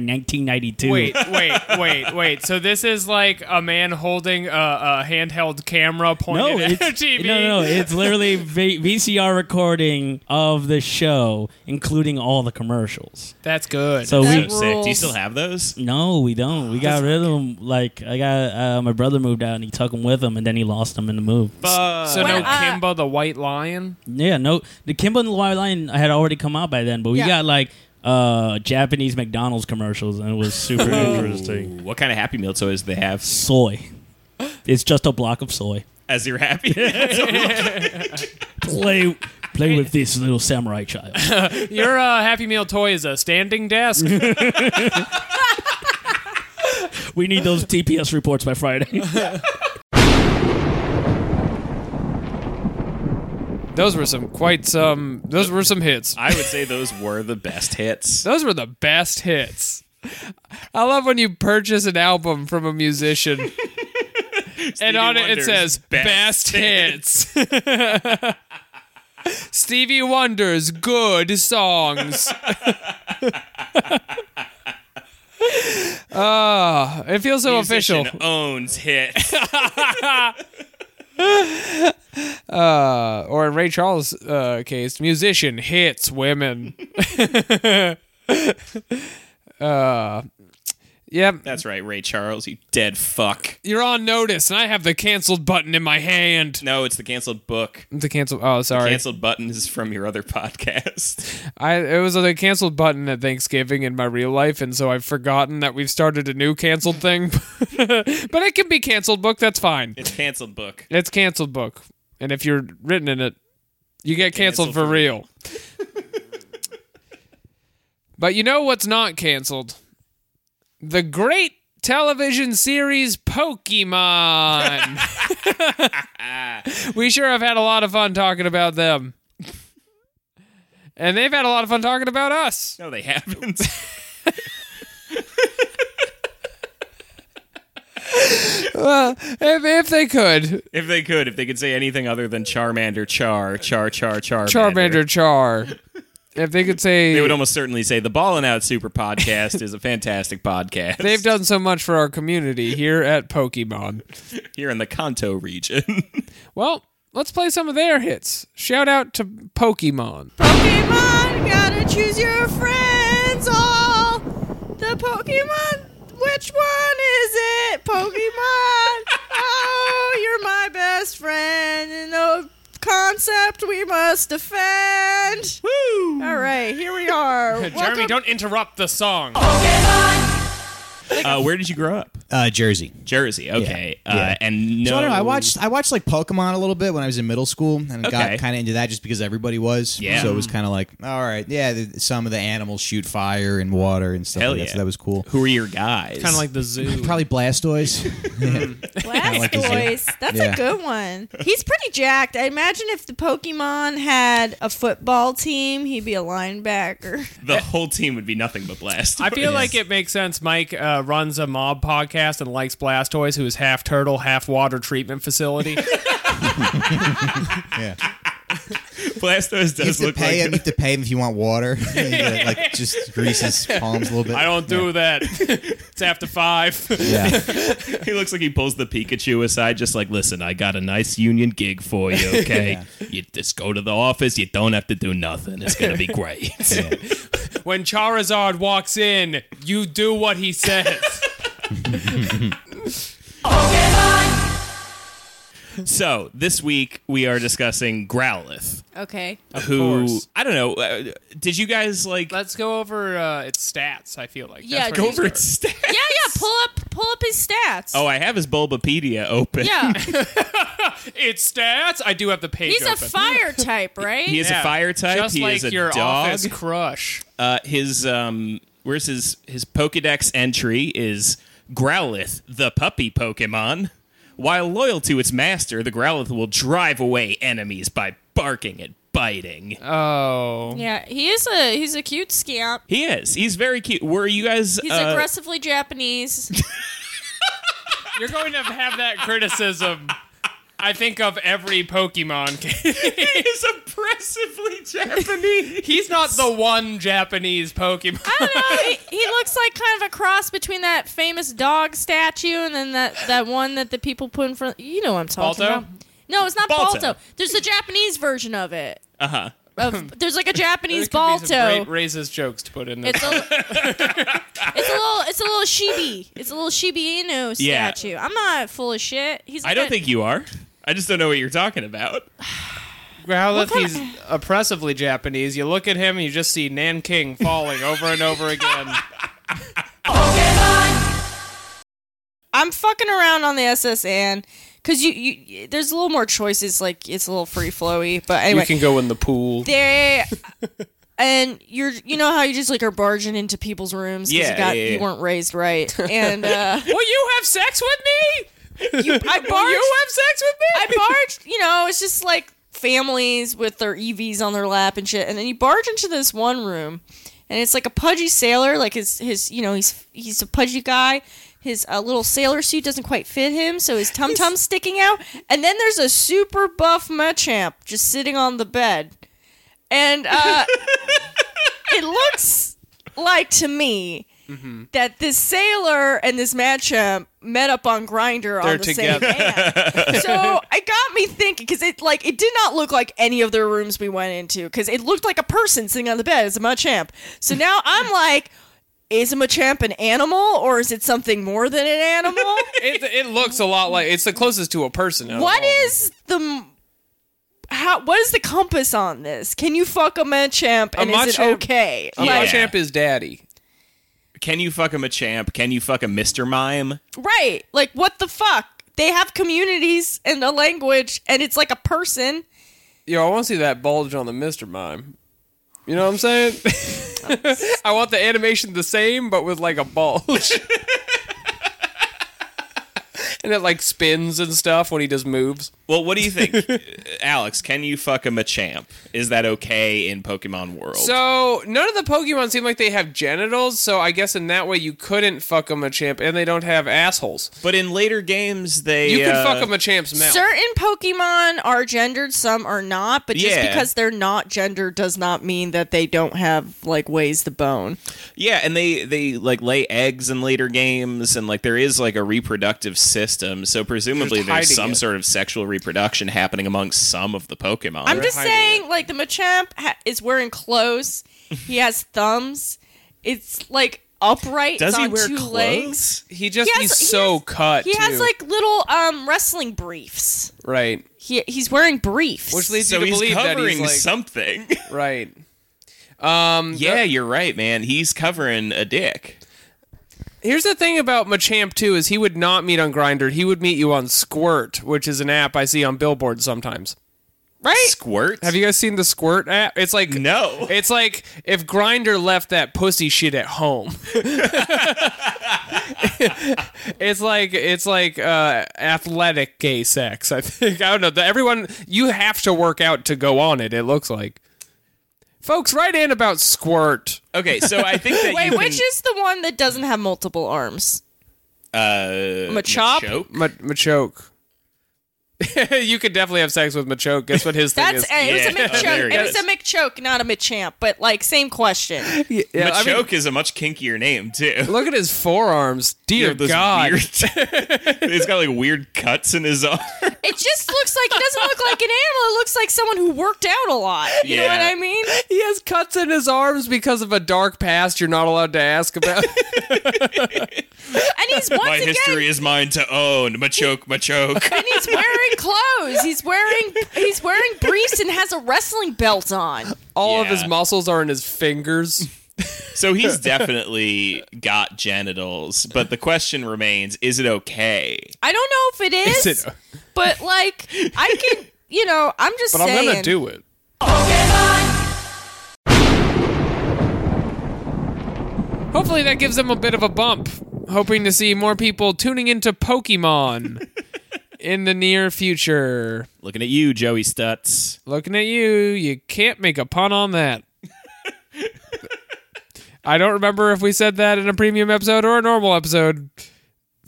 [SPEAKER 2] <laughs>
[SPEAKER 27] 1992.
[SPEAKER 2] Wait, wait, wait, wait. So this is like a man holding a, a handheld camera pointed
[SPEAKER 27] no,
[SPEAKER 2] at
[SPEAKER 27] it's,
[SPEAKER 2] a
[SPEAKER 1] <laughs>
[SPEAKER 2] TV.
[SPEAKER 27] No, no, it's
[SPEAKER 2] <laughs>
[SPEAKER 27] literally v- VCR recording of the show, including all the commercials.
[SPEAKER 2] That's good.
[SPEAKER 27] So we
[SPEAKER 1] sick. Do you still have those?
[SPEAKER 27] No, we don't. We got rid of them. Like I got uh, my brother moved out and he took them with him, and then he lost them in the move.
[SPEAKER 2] so no Kimba the White Lion. <laughs>
[SPEAKER 27] Yeah, no, the Kimbo and the Wild Lion had already come out by then, but we
[SPEAKER 2] Yeah.
[SPEAKER 27] got like uh Japanese McDonald's commercials, and it was super interesting.
[SPEAKER 1] What kind of Happy Meal toys do they have?
[SPEAKER 27] Soy. It's just a block of soy.
[SPEAKER 1] As you're
[SPEAKER 2] <laughs>
[SPEAKER 1] happy. <laughs>
[SPEAKER 27] Play, play with this little samurai child.
[SPEAKER 2] Your uh, Happy Meal toy is a standing
[SPEAKER 14] <laughs>
[SPEAKER 2] desk.
[SPEAKER 27] We need those TPS reports by Friday.
[SPEAKER 2] the Those were some quite some. Those were some hits.
[SPEAKER 1] I would say those were the best hits.
[SPEAKER 2] <laughs> Those were the best hits. I love when you purchase an album from a musician, <laughs> and on it it
[SPEAKER 1] Wonder's
[SPEAKER 2] says
[SPEAKER 1] best
[SPEAKER 2] "Best, Hits." Stevie Wonder's good songs. <laughs> Ah, it feels so
[SPEAKER 1] Musician
[SPEAKER 2] official.
[SPEAKER 1] owns hits.
[SPEAKER 2] uh, or in Ray Charles' uh, case, musician hits women. <laughs> uh, <laughs> yep.
[SPEAKER 1] That's right, Ray Charles, you dead fuck.
[SPEAKER 2] You're on notice, and I have the canceled button in my hand.
[SPEAKER 1] No, it's the canceled book.
[SPEAKER 2] The canceled. Oh, sorry.
[SPEAKER 1] Canceled button is from your other <laughs> podcast.
[SPEAKER 2] I it was a canceled button at Thanksgiving in my real life, and so I've forgotten that we've started a new canceled thing. <laughs> but it can be canceled book. That's fine.
[SPEAKER 1] It's canceled book.
[SPEAKER 2] It's canceled book, and if you're written in it, you get canceled,
[SPEAKER 1] canceled
[SPEAKER 2] for
[SPEAKER 1] for
[SPEAKER 2] real. <laughs> but you know what's not canceled? The great television series
[SPEAKER 1] <laughs>
[SPEAKER 2] Pokemon. we sure have had a lot of fun talking about them. And they've had a lot of fun talking about us.
[SPEAKER 1] No, they haven't.
[SPEAKER 2] well, Uh, if, if they could,
[SPEAKER 1] If they could, if they could say anything other than Charmander, Char, Char, Char, Char,
[SPEAKER 2] <laughs> Charmander Char. If they could say
[SPEAKER 1] They would almost certainly say the Ballin' Out Super Podcast is a fantastic podcast
[SPEAKER 2] They've done so much for our community here at Pokemon.
[SPEAKER 1] here in the Kanto region. <laughs>
[SPEAKER 2] Well, let's play some of their hits. Shout out to Pokemon.
[SPEAKER 8] Pokemon, gotta choose your friends all. The Pokemon, which one is it?
[SPEAKER 2] <laughs>
[SPEAKER 8] Pokemon. Oh, you're my best friend. And the concept we must defend. Woo! All right, here
[SPEAKER 2] <laughs>
[SPEAKER 8] we are. Welcome-
[SPEAKER 2] don't interrupt the song.
[SPEAKER 1] <laughs> Oh, Uh, where did you grow up?
[SPEAKER 4] Uh, Jersey.
[SPEAKER 1] Jersey. Okay.
[SPEAKER 4] Yeah,
[SPEAKER 1] Uh,
[SPEAKER 4] yeah.
[SPEAKER 1] And no,
[SPEAKER 4] So I don't know. I watched I watched like Pokemon a little bit when I was in middle school, and
[SPEAKER 1] Okay.
[SPEAKER 4] got kind of into that just because everybody was.
[SPEAKER 1] Yeah. Mm-hmm.
[SPEAKER 4] So it was kind of like, all right, yeah. The, some of the animals shoot fire and water and stuff.
[SPEAKER 1] Hell
[SPEAKER 4] like that,
[SPEAKER 1] yeah.
[SPEAKER 4] So that was cool.
[SPEAKER 1] Who are your guys?
[SPEAKER 4] Kinda like
[SPEAKER 2] the
[SPEAKER 4] <laughs>
[SPEAKER 2] zoo.
[SPEAKER 4] Probably Blastoise. I like
[SPEAKER 8] <laughs>
[SPEAKER 4] his
[SPEAKER 8] Blastoise.
[SPEAKER 4] name.
[SPEAKER 8] That's
[SPEAKER 4] Yeah.
[SPEAKER 8] a good one. He's pretty jacked. I imagine if the Pokemon had a football team, he'd be a linebacker.
[SPEAKER 1] the whole team would be nothing but blast.
[SPEAKER 2] I
[SPEAKER 1] <laughs>
[SPEAKER 2] feel like it makes sense. Mike uh, runs a mob podcast and likes Blastoise, who is half turtle, half water treatment
[SPEAKER 1] <laughs>
[SPEAKER 2] facility.
[SPEAKER 4] <laughs> yeah.
[SPEAKER 1] Blastoise
[SPEAKER 4] You have,
[SPEAKER 1] does
[SPEAKER 4] to
[SPEAKER 1] look
[SPEAKER 4] pay
[SPEAKER 1] like
[SPEAKER 4] him, you have to pay him if you want water. <laughs> Yeah, like just grease his palms a little bit.
[SPEAKER 2] I don't do that. it's after five. <laughs>
[SPEAKER 1] he looks like he pulls the Pikachu aside, just like, listen, I got a nice union gig for
[SPEAKER 4] <laughs>
[SPEAKER 1] you, okay? You just go to the office, you don't have to do nothing. It's
[SPEAKER 4] <laughs>
[SPEAKER 1] gonna be great.
[SPEAKER 2] When Charizard walks in, you do what he says.
[SPEAKER 1] <laughs> so this week we are discussing Growlith.
[SPEAKER 18] Okay.
[SPEAKER 1] who I don't know. Uh, did you guys like?
[SPEAKER 2] Let's go over uh, its stats. I feel like
[SPEAKER 19] Yeah,
[SPEAKER 2] That's
[SPEAKER 1] go
[SPEAKER 2] where you
[SPEAKER 1] over
[SPEAKER 2] start.
[SPEAKER 1] its
[SPEAKER 19] <laughs> Yeah,
[SPEAKER 1] stats.
[SPEAKER 19] yeah. Pull up, pull up his stats.
[SPEAKER 1] Oh, I have his Bulbapedia open.
[SPEAKER 19] yeah.
[SPEAKER 2] Its stats. I do have the page.
[SPEAKER 19] He's a
[SPEAKER 2] open.
[SPEAKER 19] fire type, right?
[SPEAKER 1] He is a fire type.
[SPEAKER 2] Just
[SPEAKER 1] he
[SPEAKER 2] like
[SPEAKER 1] is a
[SPEAKER 2] your
[SPEAKER 1] dog.
[SPEAKER 2] office crush.
[SPEAKER 1] Uh, his um, where's his his Pokedex entry is Growlithe, the puppy Pokemon. While loyal to its master, the Growlithe will drive away enemies by barking and biting.
[SPEAKER 2] Oh,
[SPEAKER 19] Yeah, he is a he's a cute scamp.
[SPEAKER 1] he is. He's very cute. Were you guys?
[SPEAKER 19] He's
[SPEAKER 1] uh,
[SPEAKER 19] aggressively Japanese.
[SPEAKER 2] You're going to have <laughs> that criticism. I think of every Pokemon. <laughs> He's
[SPEAKER 1] oppressively Japanese.
[SPEAKER 2] He's not the one Japanese Pokemon.
[SPEAKER 19] I don't know. He, he looks like kind of a cross between that famous dog statue and then that, that one that the people put in front. You know what I'm talking
[SPEAKER 1] Balto?
[SPEAKER 19] about? No, it's not
[SPEAKER 1] Balto.
[SPEAKER 19] Balto. There's a Japanese version of it.
[SPEAKER 2] <laughs>
[SPEAKER 1] Uh huh.
[SPEAKER 19] Of, there's like a Japanese
[SPEAKER 2] There could be some
[SPEAKER 19] Balto.
[SPEAKER 2] Great racist jokes to put in there.
[SPEAKER 19] It's a, <laughs> it's a little it's a little shibi. It's a little Shiba Inu
[SPEAKER 1] Yeah.
[SPEAKER 19] statue. I'm not full of shit. He's.
[SPEAKER 1] I don't
[SPEAKER 19] like a-
[SPEAKER 1] think you are. I just don't know what you're talking about.
[SPEAKER 2] Growlithe, he's oppressively Japanese. You look at him, and you just see Nanking falling over and over again.
[SPEAKER 8] I'm fucking around on the SSN because you, you there's a little more choices. Like it's a little free flowy, but anyway,
[SPEAKER 2] You can go in the pool.
[SPEAKER 8] <laughs> they and you're you know how you just like are barging into people's rooms because
[SPEAKER 2] Yeah,
[SPEAKER 8] you, got-
[SPEAKER 2] yeah, yeah.
[SPEAKER 8] you weren't raised right
[SPEAKER 2] <laughs>
[SPEAKER 8] and uh
[SPEAKER 2] Will you have sex with me? <laughs>
[SPEAKER 8] you, I barged,
[SPEAKER 2] Will you have sex with me?
[SPEAKER 8] I barged you know it's just like families with their EVs on their lap and shit. And then you barge into this one room, and it's like a pudgy sailor, like his his you know he's he's a pudgy guy. His uh, little sailor suit doesn't quite fit him, so his tum tum's sticking out. And then there's a super buff Machamp just sitting on the bed,
[SPEAKER 2] <laughs>
[SPEAKER 8] and uh, it looks like to me
[SPEAKER 16] Mm-hmm.
[SPEAKER 8] that this sailor and this Machamp met up on Grinder on the same
[SPEAKER 12] <laughs>
[SPEAKER 8] so it got me thinking because it like it did not look like any of the rooms we went into because it looked like a person sitting on the bed as a Machamp. So now I'm like, is a Machamp an animal or is it something more
[SPEAKER 2] <laughs>
[SPEAKER 8] than an animal?
[SPEAKER 2] It, it looks a lot like it's the closest to a person. out of
[SPEAKER 8] what
[SPEAKER 2] all.
[SPEAKER 8] is the m- how? What is the compass on this? Can you fuck a Machamp and is it okay?
[SPEAKER 1] A
[SPEAKER 8] Like,
[SPEAKER 1] Machamp
[SPEAKER 2] is daddy.
[SPEAKER 1] Can you fuck a Machamp? Can you fuck a Mr. Mime?
[SPEAKER 8] Right. Like, what the fuck? They have communities and a language, and it's like a person.
[SPEAKER 2] Yo, I want to see that bulge on the Mister Mime. You know what I'm saying? <laughs> I want the animation the same, but with like a bulge. <laughs> and it like spins and stuff when he does moves.
[SPEAKER 1] Well, what do you think,
[SPEAKER 2] <laughs>
[SPEAKER 1] uh, Alex? Can you fuck a Machamp? Is that okay in Pokemon World?
[SPEAKER 2] So none of the Pokemon seem like they have genitals, so I guess in that way you couldn't fuck them a champ, and they don't have assholes.
[SPEAKER 1] But in later games, they
[SPEAKER 2] you can
[SPEAKER 1] uh,
[SPEAKER 2] fuck them a champ's mouth.
[SPEAKER 8] Certain Pokemon are gendered, some are not, but just
[SPEAKER 1] Yeah.
[SPEAKER 8] because they're not gendered does not mean that they don't have like ways to bone.
[SPEAKER 1] Yeah, and they they like lay eggs in later games, and like there is like a reproductive system. So presumably
[SPEAKER 8] Just
[SPEAKER 1] there's
[SPEAKER 8] hiding
[SPEAKER 1] some
[SPEAKER 8] it.
[SPEAKER 1] sort of sexual reproduction happening amongst some of the
[SPEAKER 2] Oh,
[SPEAKER 1] Pokemon.
[SPEAKER 8] I'm just saying, like the Machamp ha- is wearing clothes. he has thumbs. It's like upright.
[SPEAKER 2] Does
[SPEAKER 8] it's
[SPEAKER 2] he
[SPEAKER 8] on
[SPEAKER 2] wear
[SPEAKER 8] two
[SPEAKER 2] clothes?
[SPEAKER 8] legs.
[SPEAKER 2] He just
[SPEAKER 8] He has-
[SPEAKER 2] he's
[SPEAKER 8] he
[SPEAKER 2] so cut.
[SPEAKER 8] He has
[SPEAKER 2] too.
[SPEAKER 8] like little um wrestling briefs.
[SPEAKER 2] right,
[SPEAKER 8] He he's wearing briefs.
[SPEAKER 2] which leads
[SPEAKER 1] So
[SPEAKER 2] you to
[SPEAKER 1] he's
[SPEAKER 2] believe that
[SPEAKER 1] covering
[SPEAKER 2] he's like,
[SPEAKER 1] something,
[SPEAKER 2] <laughs> right? Um,
[SPEAKER 1] yeah, you're right, man. He's covering a dick.
[SPEAKER 2] Here's the thing about Machamp too is he would not meet on Grinder. He would meet you on Squirt, which is an app I see on billboards sometimes.
[SPEAKER 8] Right?
[SPEAKER 1] Squirt?
[SPEAKER 2] Have you guys seen the Squirt app? It's like
[SPEAKER 1] No.
[SPEAKER 2] It's like if Grinder left that pussy shit at home. <laughs> it's like it's like uh, athletic gay sex. I think I don't know. The- Everyone you have to work out to go on it. It looks like. Folks, write in about Squirt.
[SPEAKER 1] Okay,
[SPEAKER 2] <laughs>
[SPEAKER 1] so I think that
[SPEAKER 8] Wait, which is the one that doesn't have multiple arms?
[SPEAKER 1] uh,
[SPEAKER 8] Machop?
[SPEAKER 1] Machoke?
[SPEAKER 2] Ma- Machoke. <laughs> you could definitely have sex with Machoke. Guess what his thing
[SPEAKER 8] That's
[SPEAKER 2] is? Oh,
[SPEAKER 8] uh, it was a McChoke. it was a McChoke, not a McChamp. But like, same question.
[SPEAKER 2] yeah, I mean-
[SPEAKER 1] <laughs> Machoke is a much kinkier name too.
[SPEAKER 2] Look at his forearms,
[SPEAKER 1] You
[SPEAKER 2] dear
[SPEAKER 1] have <laughs> those
[SPEAKER 2] God.
[SPEAKER 1] weird- he's got like weird cuts in his arm.
[SPEAKER 2] <laughs>
[SPEAKER 8] It just looks like it doesn't look like an animal. It looks like someone who worked out a lot. You know what
[SPEAKER 2] Yeah.
[SPEAKER 8] I mean?
[SPEAKER 2] He has cuts in his arms because of a dark past you're not allowed to ask about.
[SPEAKER 8] And he's once
[SPEAKER 1] <laughs> My
[SPEAKER 8] again,
[SPEAKER 1] history is mine to own. Machoke, Machoke.
[SPEAKER 8] and he's wearing clothes. He's wearing he's wearing briefs and has a wrestling belt on.
[SPEAKER 2] <laughs> All of his muscles are in his fingers.
[SPEAKER 1] <laughs> So he's definitely got genitals, but the question remains: Is it okay?
[SPEAKER 8] I don't know if it is,
[SPEAKER 1] Is
[SPEAKER 2] <laughs>
[SPEAKER 1] it-
[SPEAKER 8] but like I can, you know, I'm just
[SPEAKER 1] But I'm
[SPEAKER 8] saying.
[SPEAKER 1] gonna do
[SPEAKER 2] it. Hopefully that gives them a bit of a bump. Hoping to see more people tuning into
[SPEAKER 8] <laughs>
[SPEAKER 2] Pokemon in the near future.
[SPEAKER 1] Looking at you, Joey Stutz.
[SPEAKER 2] Looking at you, you can't make a pun on that. I don't remember if we said that in a premium episode or a normal episode.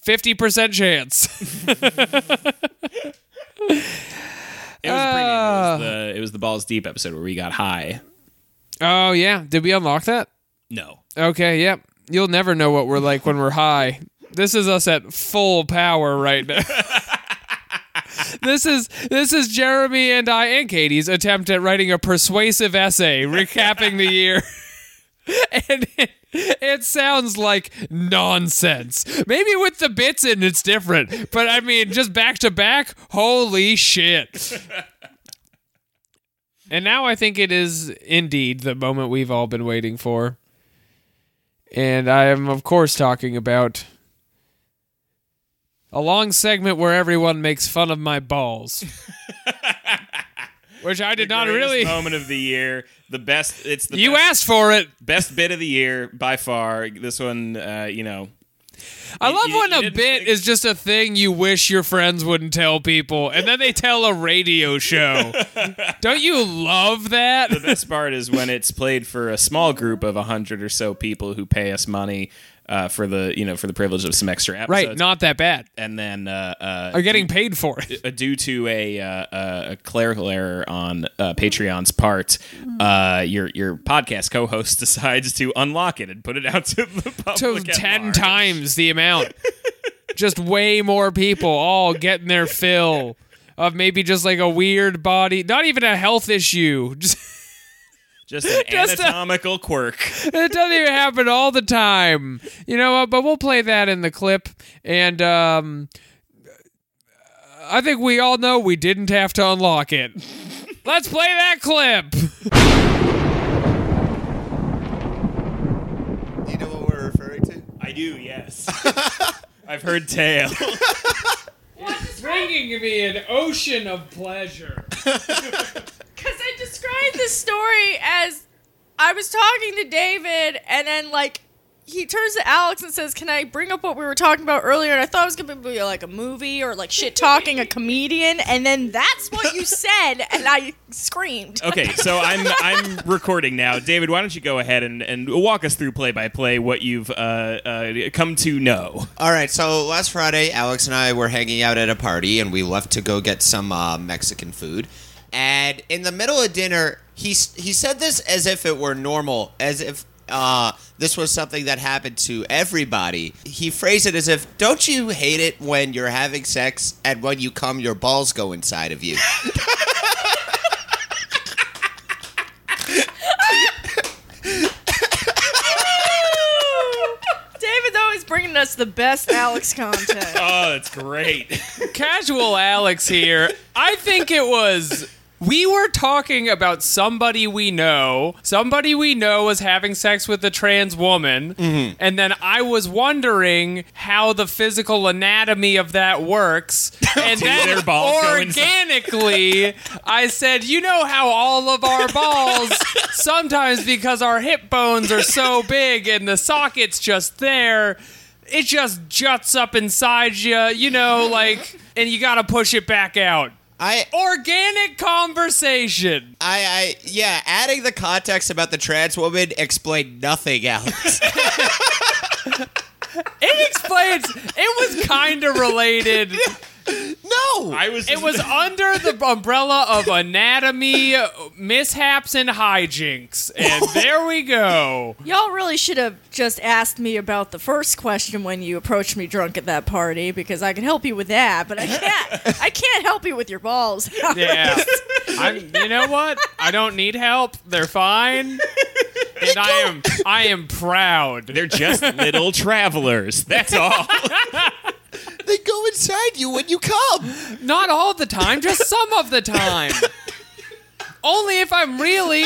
[SPEAKER 2] 50% chance. <laughs>
[SPEAKER 1] It was
[SPEAKER 2] Ah.
[SPEAKER 1] premium. It was, the, it was the balls deep episode where we got high.
[SPEAKER 2] oh, yeah. Did we unlock that?
[SPEAKER 1] No.
[SPEAKER 2] Okay, yep. You'll never know what we're like when we're high. This is us at full power right now. <laughs> this is this is Jeremy and I and Katie's attempt at writing a persuasive essay recapping the year. <laughs> and it, it sounds like nonsense. Maybe with the bits in it's different, but I mean just back to back, holy shit. And now I think it is indeed the moment we've all been waiting for. And I am, of course, talking about a long segment where everyone makes fun of
[SPEAKER 1] <laughs>
[SPEAKER 2] my balls. Which I did not really-
[SPEAKER 1] moment of the year. The best. It's the
[SPEAKER 2] You
[SPEAKER 1] best-
[SPEAKER 2] asked for it.
[SPEAKER 1] Best bit of the year by far. This one, uh, you know,
[SPEAKER 2] I love when a bit is just a thing you wish your friends wouldn't tell people, and then they tell a
[SPEAKER 1] <laughs>
[SPEAKER 2] radio show. Don't you love that?
[SPEAKER 1] The best part is when it's played for a small group of hundred or so people who pay us money uh, for the you know for the privilege of some extra episodes.
[SPEAKER 2] Right, not that bad.
[SPEAKER 1] And then uh, uh,
[SPEAKER 2] Are getting paid for it.
[SPEAKER 1] uh, due to a, uh, a clerical error on uh, Patreon's part, uh, your your podcast co-host <laughs> decides to unlock it and put it out to <laughs> the
[SPEAKER 2] to
[SPEAKER 1] public. at
[SPEAKER 2] ten times
[SPEAKER 1] <laughs>
[SPEAKER 2] the amount. just way more people all getting their fill of maybe just like a weird body, not even a health issue. <laughs>
[SPEAKER 1] Just
[SPEAKER 2] Just
[SPEAKER 1] an
[SPEAKER 2] <laughs> Just a-
[SPEAKER 1] anatomical quirk.
[SPEAKER 2] it doesn't even happen all the time. You know what? But we'll play that in the clip. And um, I think we all know we didn't have to
[SPEAKER 1] <laughs>
[SPEAKER 2] unlock it. Let's play that clip.
[SPEAKER 1] Do you know what we're referring to? I do. <laughs> Yes. I've heard
[SPEAKER 2] <laughs>
[SPEAKER 1] tale.
[SPEAKER 2] It's bringing me an ocean of pleasure.
[SPEAKER 8] Because I described this story as I was talking to David, and then like he turns to Alex and says, "Can I bring up what we were talking about earlier?" And I thought it was gonna be like a movie or like shit talking a comedian, and then that's what you said, and I screamed.
[SPEAKER 1] okay,
[SPEAKER 8] <laughs>
[SPEAKER 1] so I'm I'm recording now. David, why don't you go ahead and, and walk us through play by play what you've uh, uh, come to know?
[SPEAKER 15] <laughs> All right, so last Friday, Alex and I were hanging out at a party, and we left to go get some uh, Mexican food. And in the middle of dinner, he s- he said this as if it were normal, as if uh, this was something that happened to everybody. He phrased it as if, "Don't you hate it when you're having sex and when you come, your balls go inside of you?"
[SPEAKER 8] David's always bringing us the best Alex content.
[SPEAKER 1] Oh, it's great. <laughs>
[SPEAKER 2] Casual Alex here. I think it was. We were talking about somebody we know. Somebody we know was having sex with a trans woman.
[SPEAKER 16] Mm.
[SPEAKER 2] And then I was wondering how the physical anatomy of that works.
[SPEAKER 16] <laughs>
[SPEAKER 2] And
[SPEAKER 16] Do
[SPEAKER 2] then
[SPEAKER 16] their balls go inside?
[SPEAKER 2] organically, I said, You know how all of
[SPEAKER 16] <laughs>
[SPEAKER 2] our balls, sometimes because our hip bones are so big and the socket's just there, it just juts up inside you, you know, like, and you gotta push it back out.
[SPEAKER 15] I
[SPEAKER 2] organic conversation.
[SPEAKER 15] I, I yeah, adding the context about the trans woman explained nothing, Alex.
[SPEAKER 2] It explains. It was kind of related.
[SPEAKER 15] No,
[SPEAKER 1] I was.
[SPEAKER 2] It was under the umbrella of anatomy mishaps and hijinks, and there we go.
[SPEAKER 8] Y'all really should have just asked me about the first question when you approached me drunk at that party because I can help you with that, but I can't. I can't help you with your balls.
[SPEAKER 2] Yeah, I'm, you know what? I don't need help. They're fine, and I am. I am proud.
[SPEAKER 1] They're
[SPEAKER 2] <laughs>
[SPEAKER 1] just little travelers. That's all.
[SPEAKER 15] they go inside you when you come.
[SPEAKER 2] Not all the time, just some of the time. Only if I'm really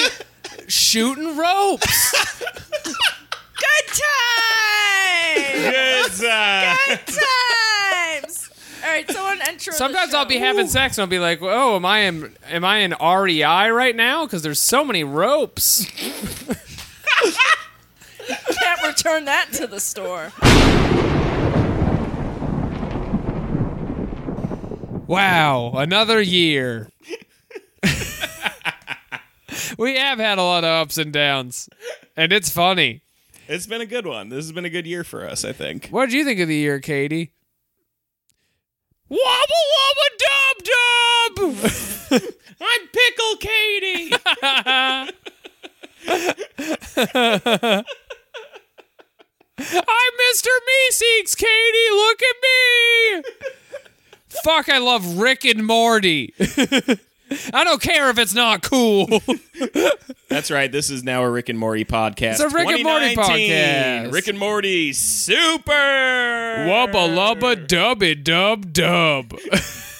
[SPEAKER 2] shooting ropes.
[SPEAKER 8] Good time.
[SPEAKER 1] Good time.
[SPEAKER 8] Good times. All right, someone enter.
[SPEAKER 2] Sometimes I'll be having sex and I'll be like, "Oh, am I in? Am I in REI right now? Because there's so many ropes."
[SPEAKER 8] <laughs> Can't return that to the store.
[SPEAKER 2] Wow, another year. we have had a lot of ups and downs, and it's funny.
[SPEAKER 1] It's been a good one. This has been a good year for us, I think.
[SPEAKER 2] What did you think of the year, Katie? Wobble wobble dub dub. <laughs> I'm pickle <laughs> Katie. I'm Mr. Meeseeks, Katie. Look at me. Fuck, I love Rick and Morty. I don't care if it's
[SPEAKER 1] <laughs>
[SPEAKER 2] not cool.
[SPEAKER 1] That's right. This is now a Rick and Morty podcast.
[SPEAKER 2] It's a Rick and Morty
[SPEAKER 1] 2019.
[SPEAKER 2] podcast.
[SPEAKER 1] Rick and Morty Super.
[SPEAKER 2] Wubba lubba dubby dub dub.
[SPEAKER 1] <laughs>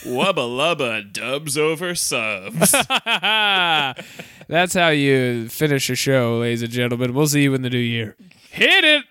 [SPEAKER 1] Wubba lubba dubs over
[SPEAKER 2] <laughs>
[SPEAKER 1] subs.
[SPEAKER 2] That's how you finish a show, ladies and gentlemen. We'll see you in the new year. Hit it.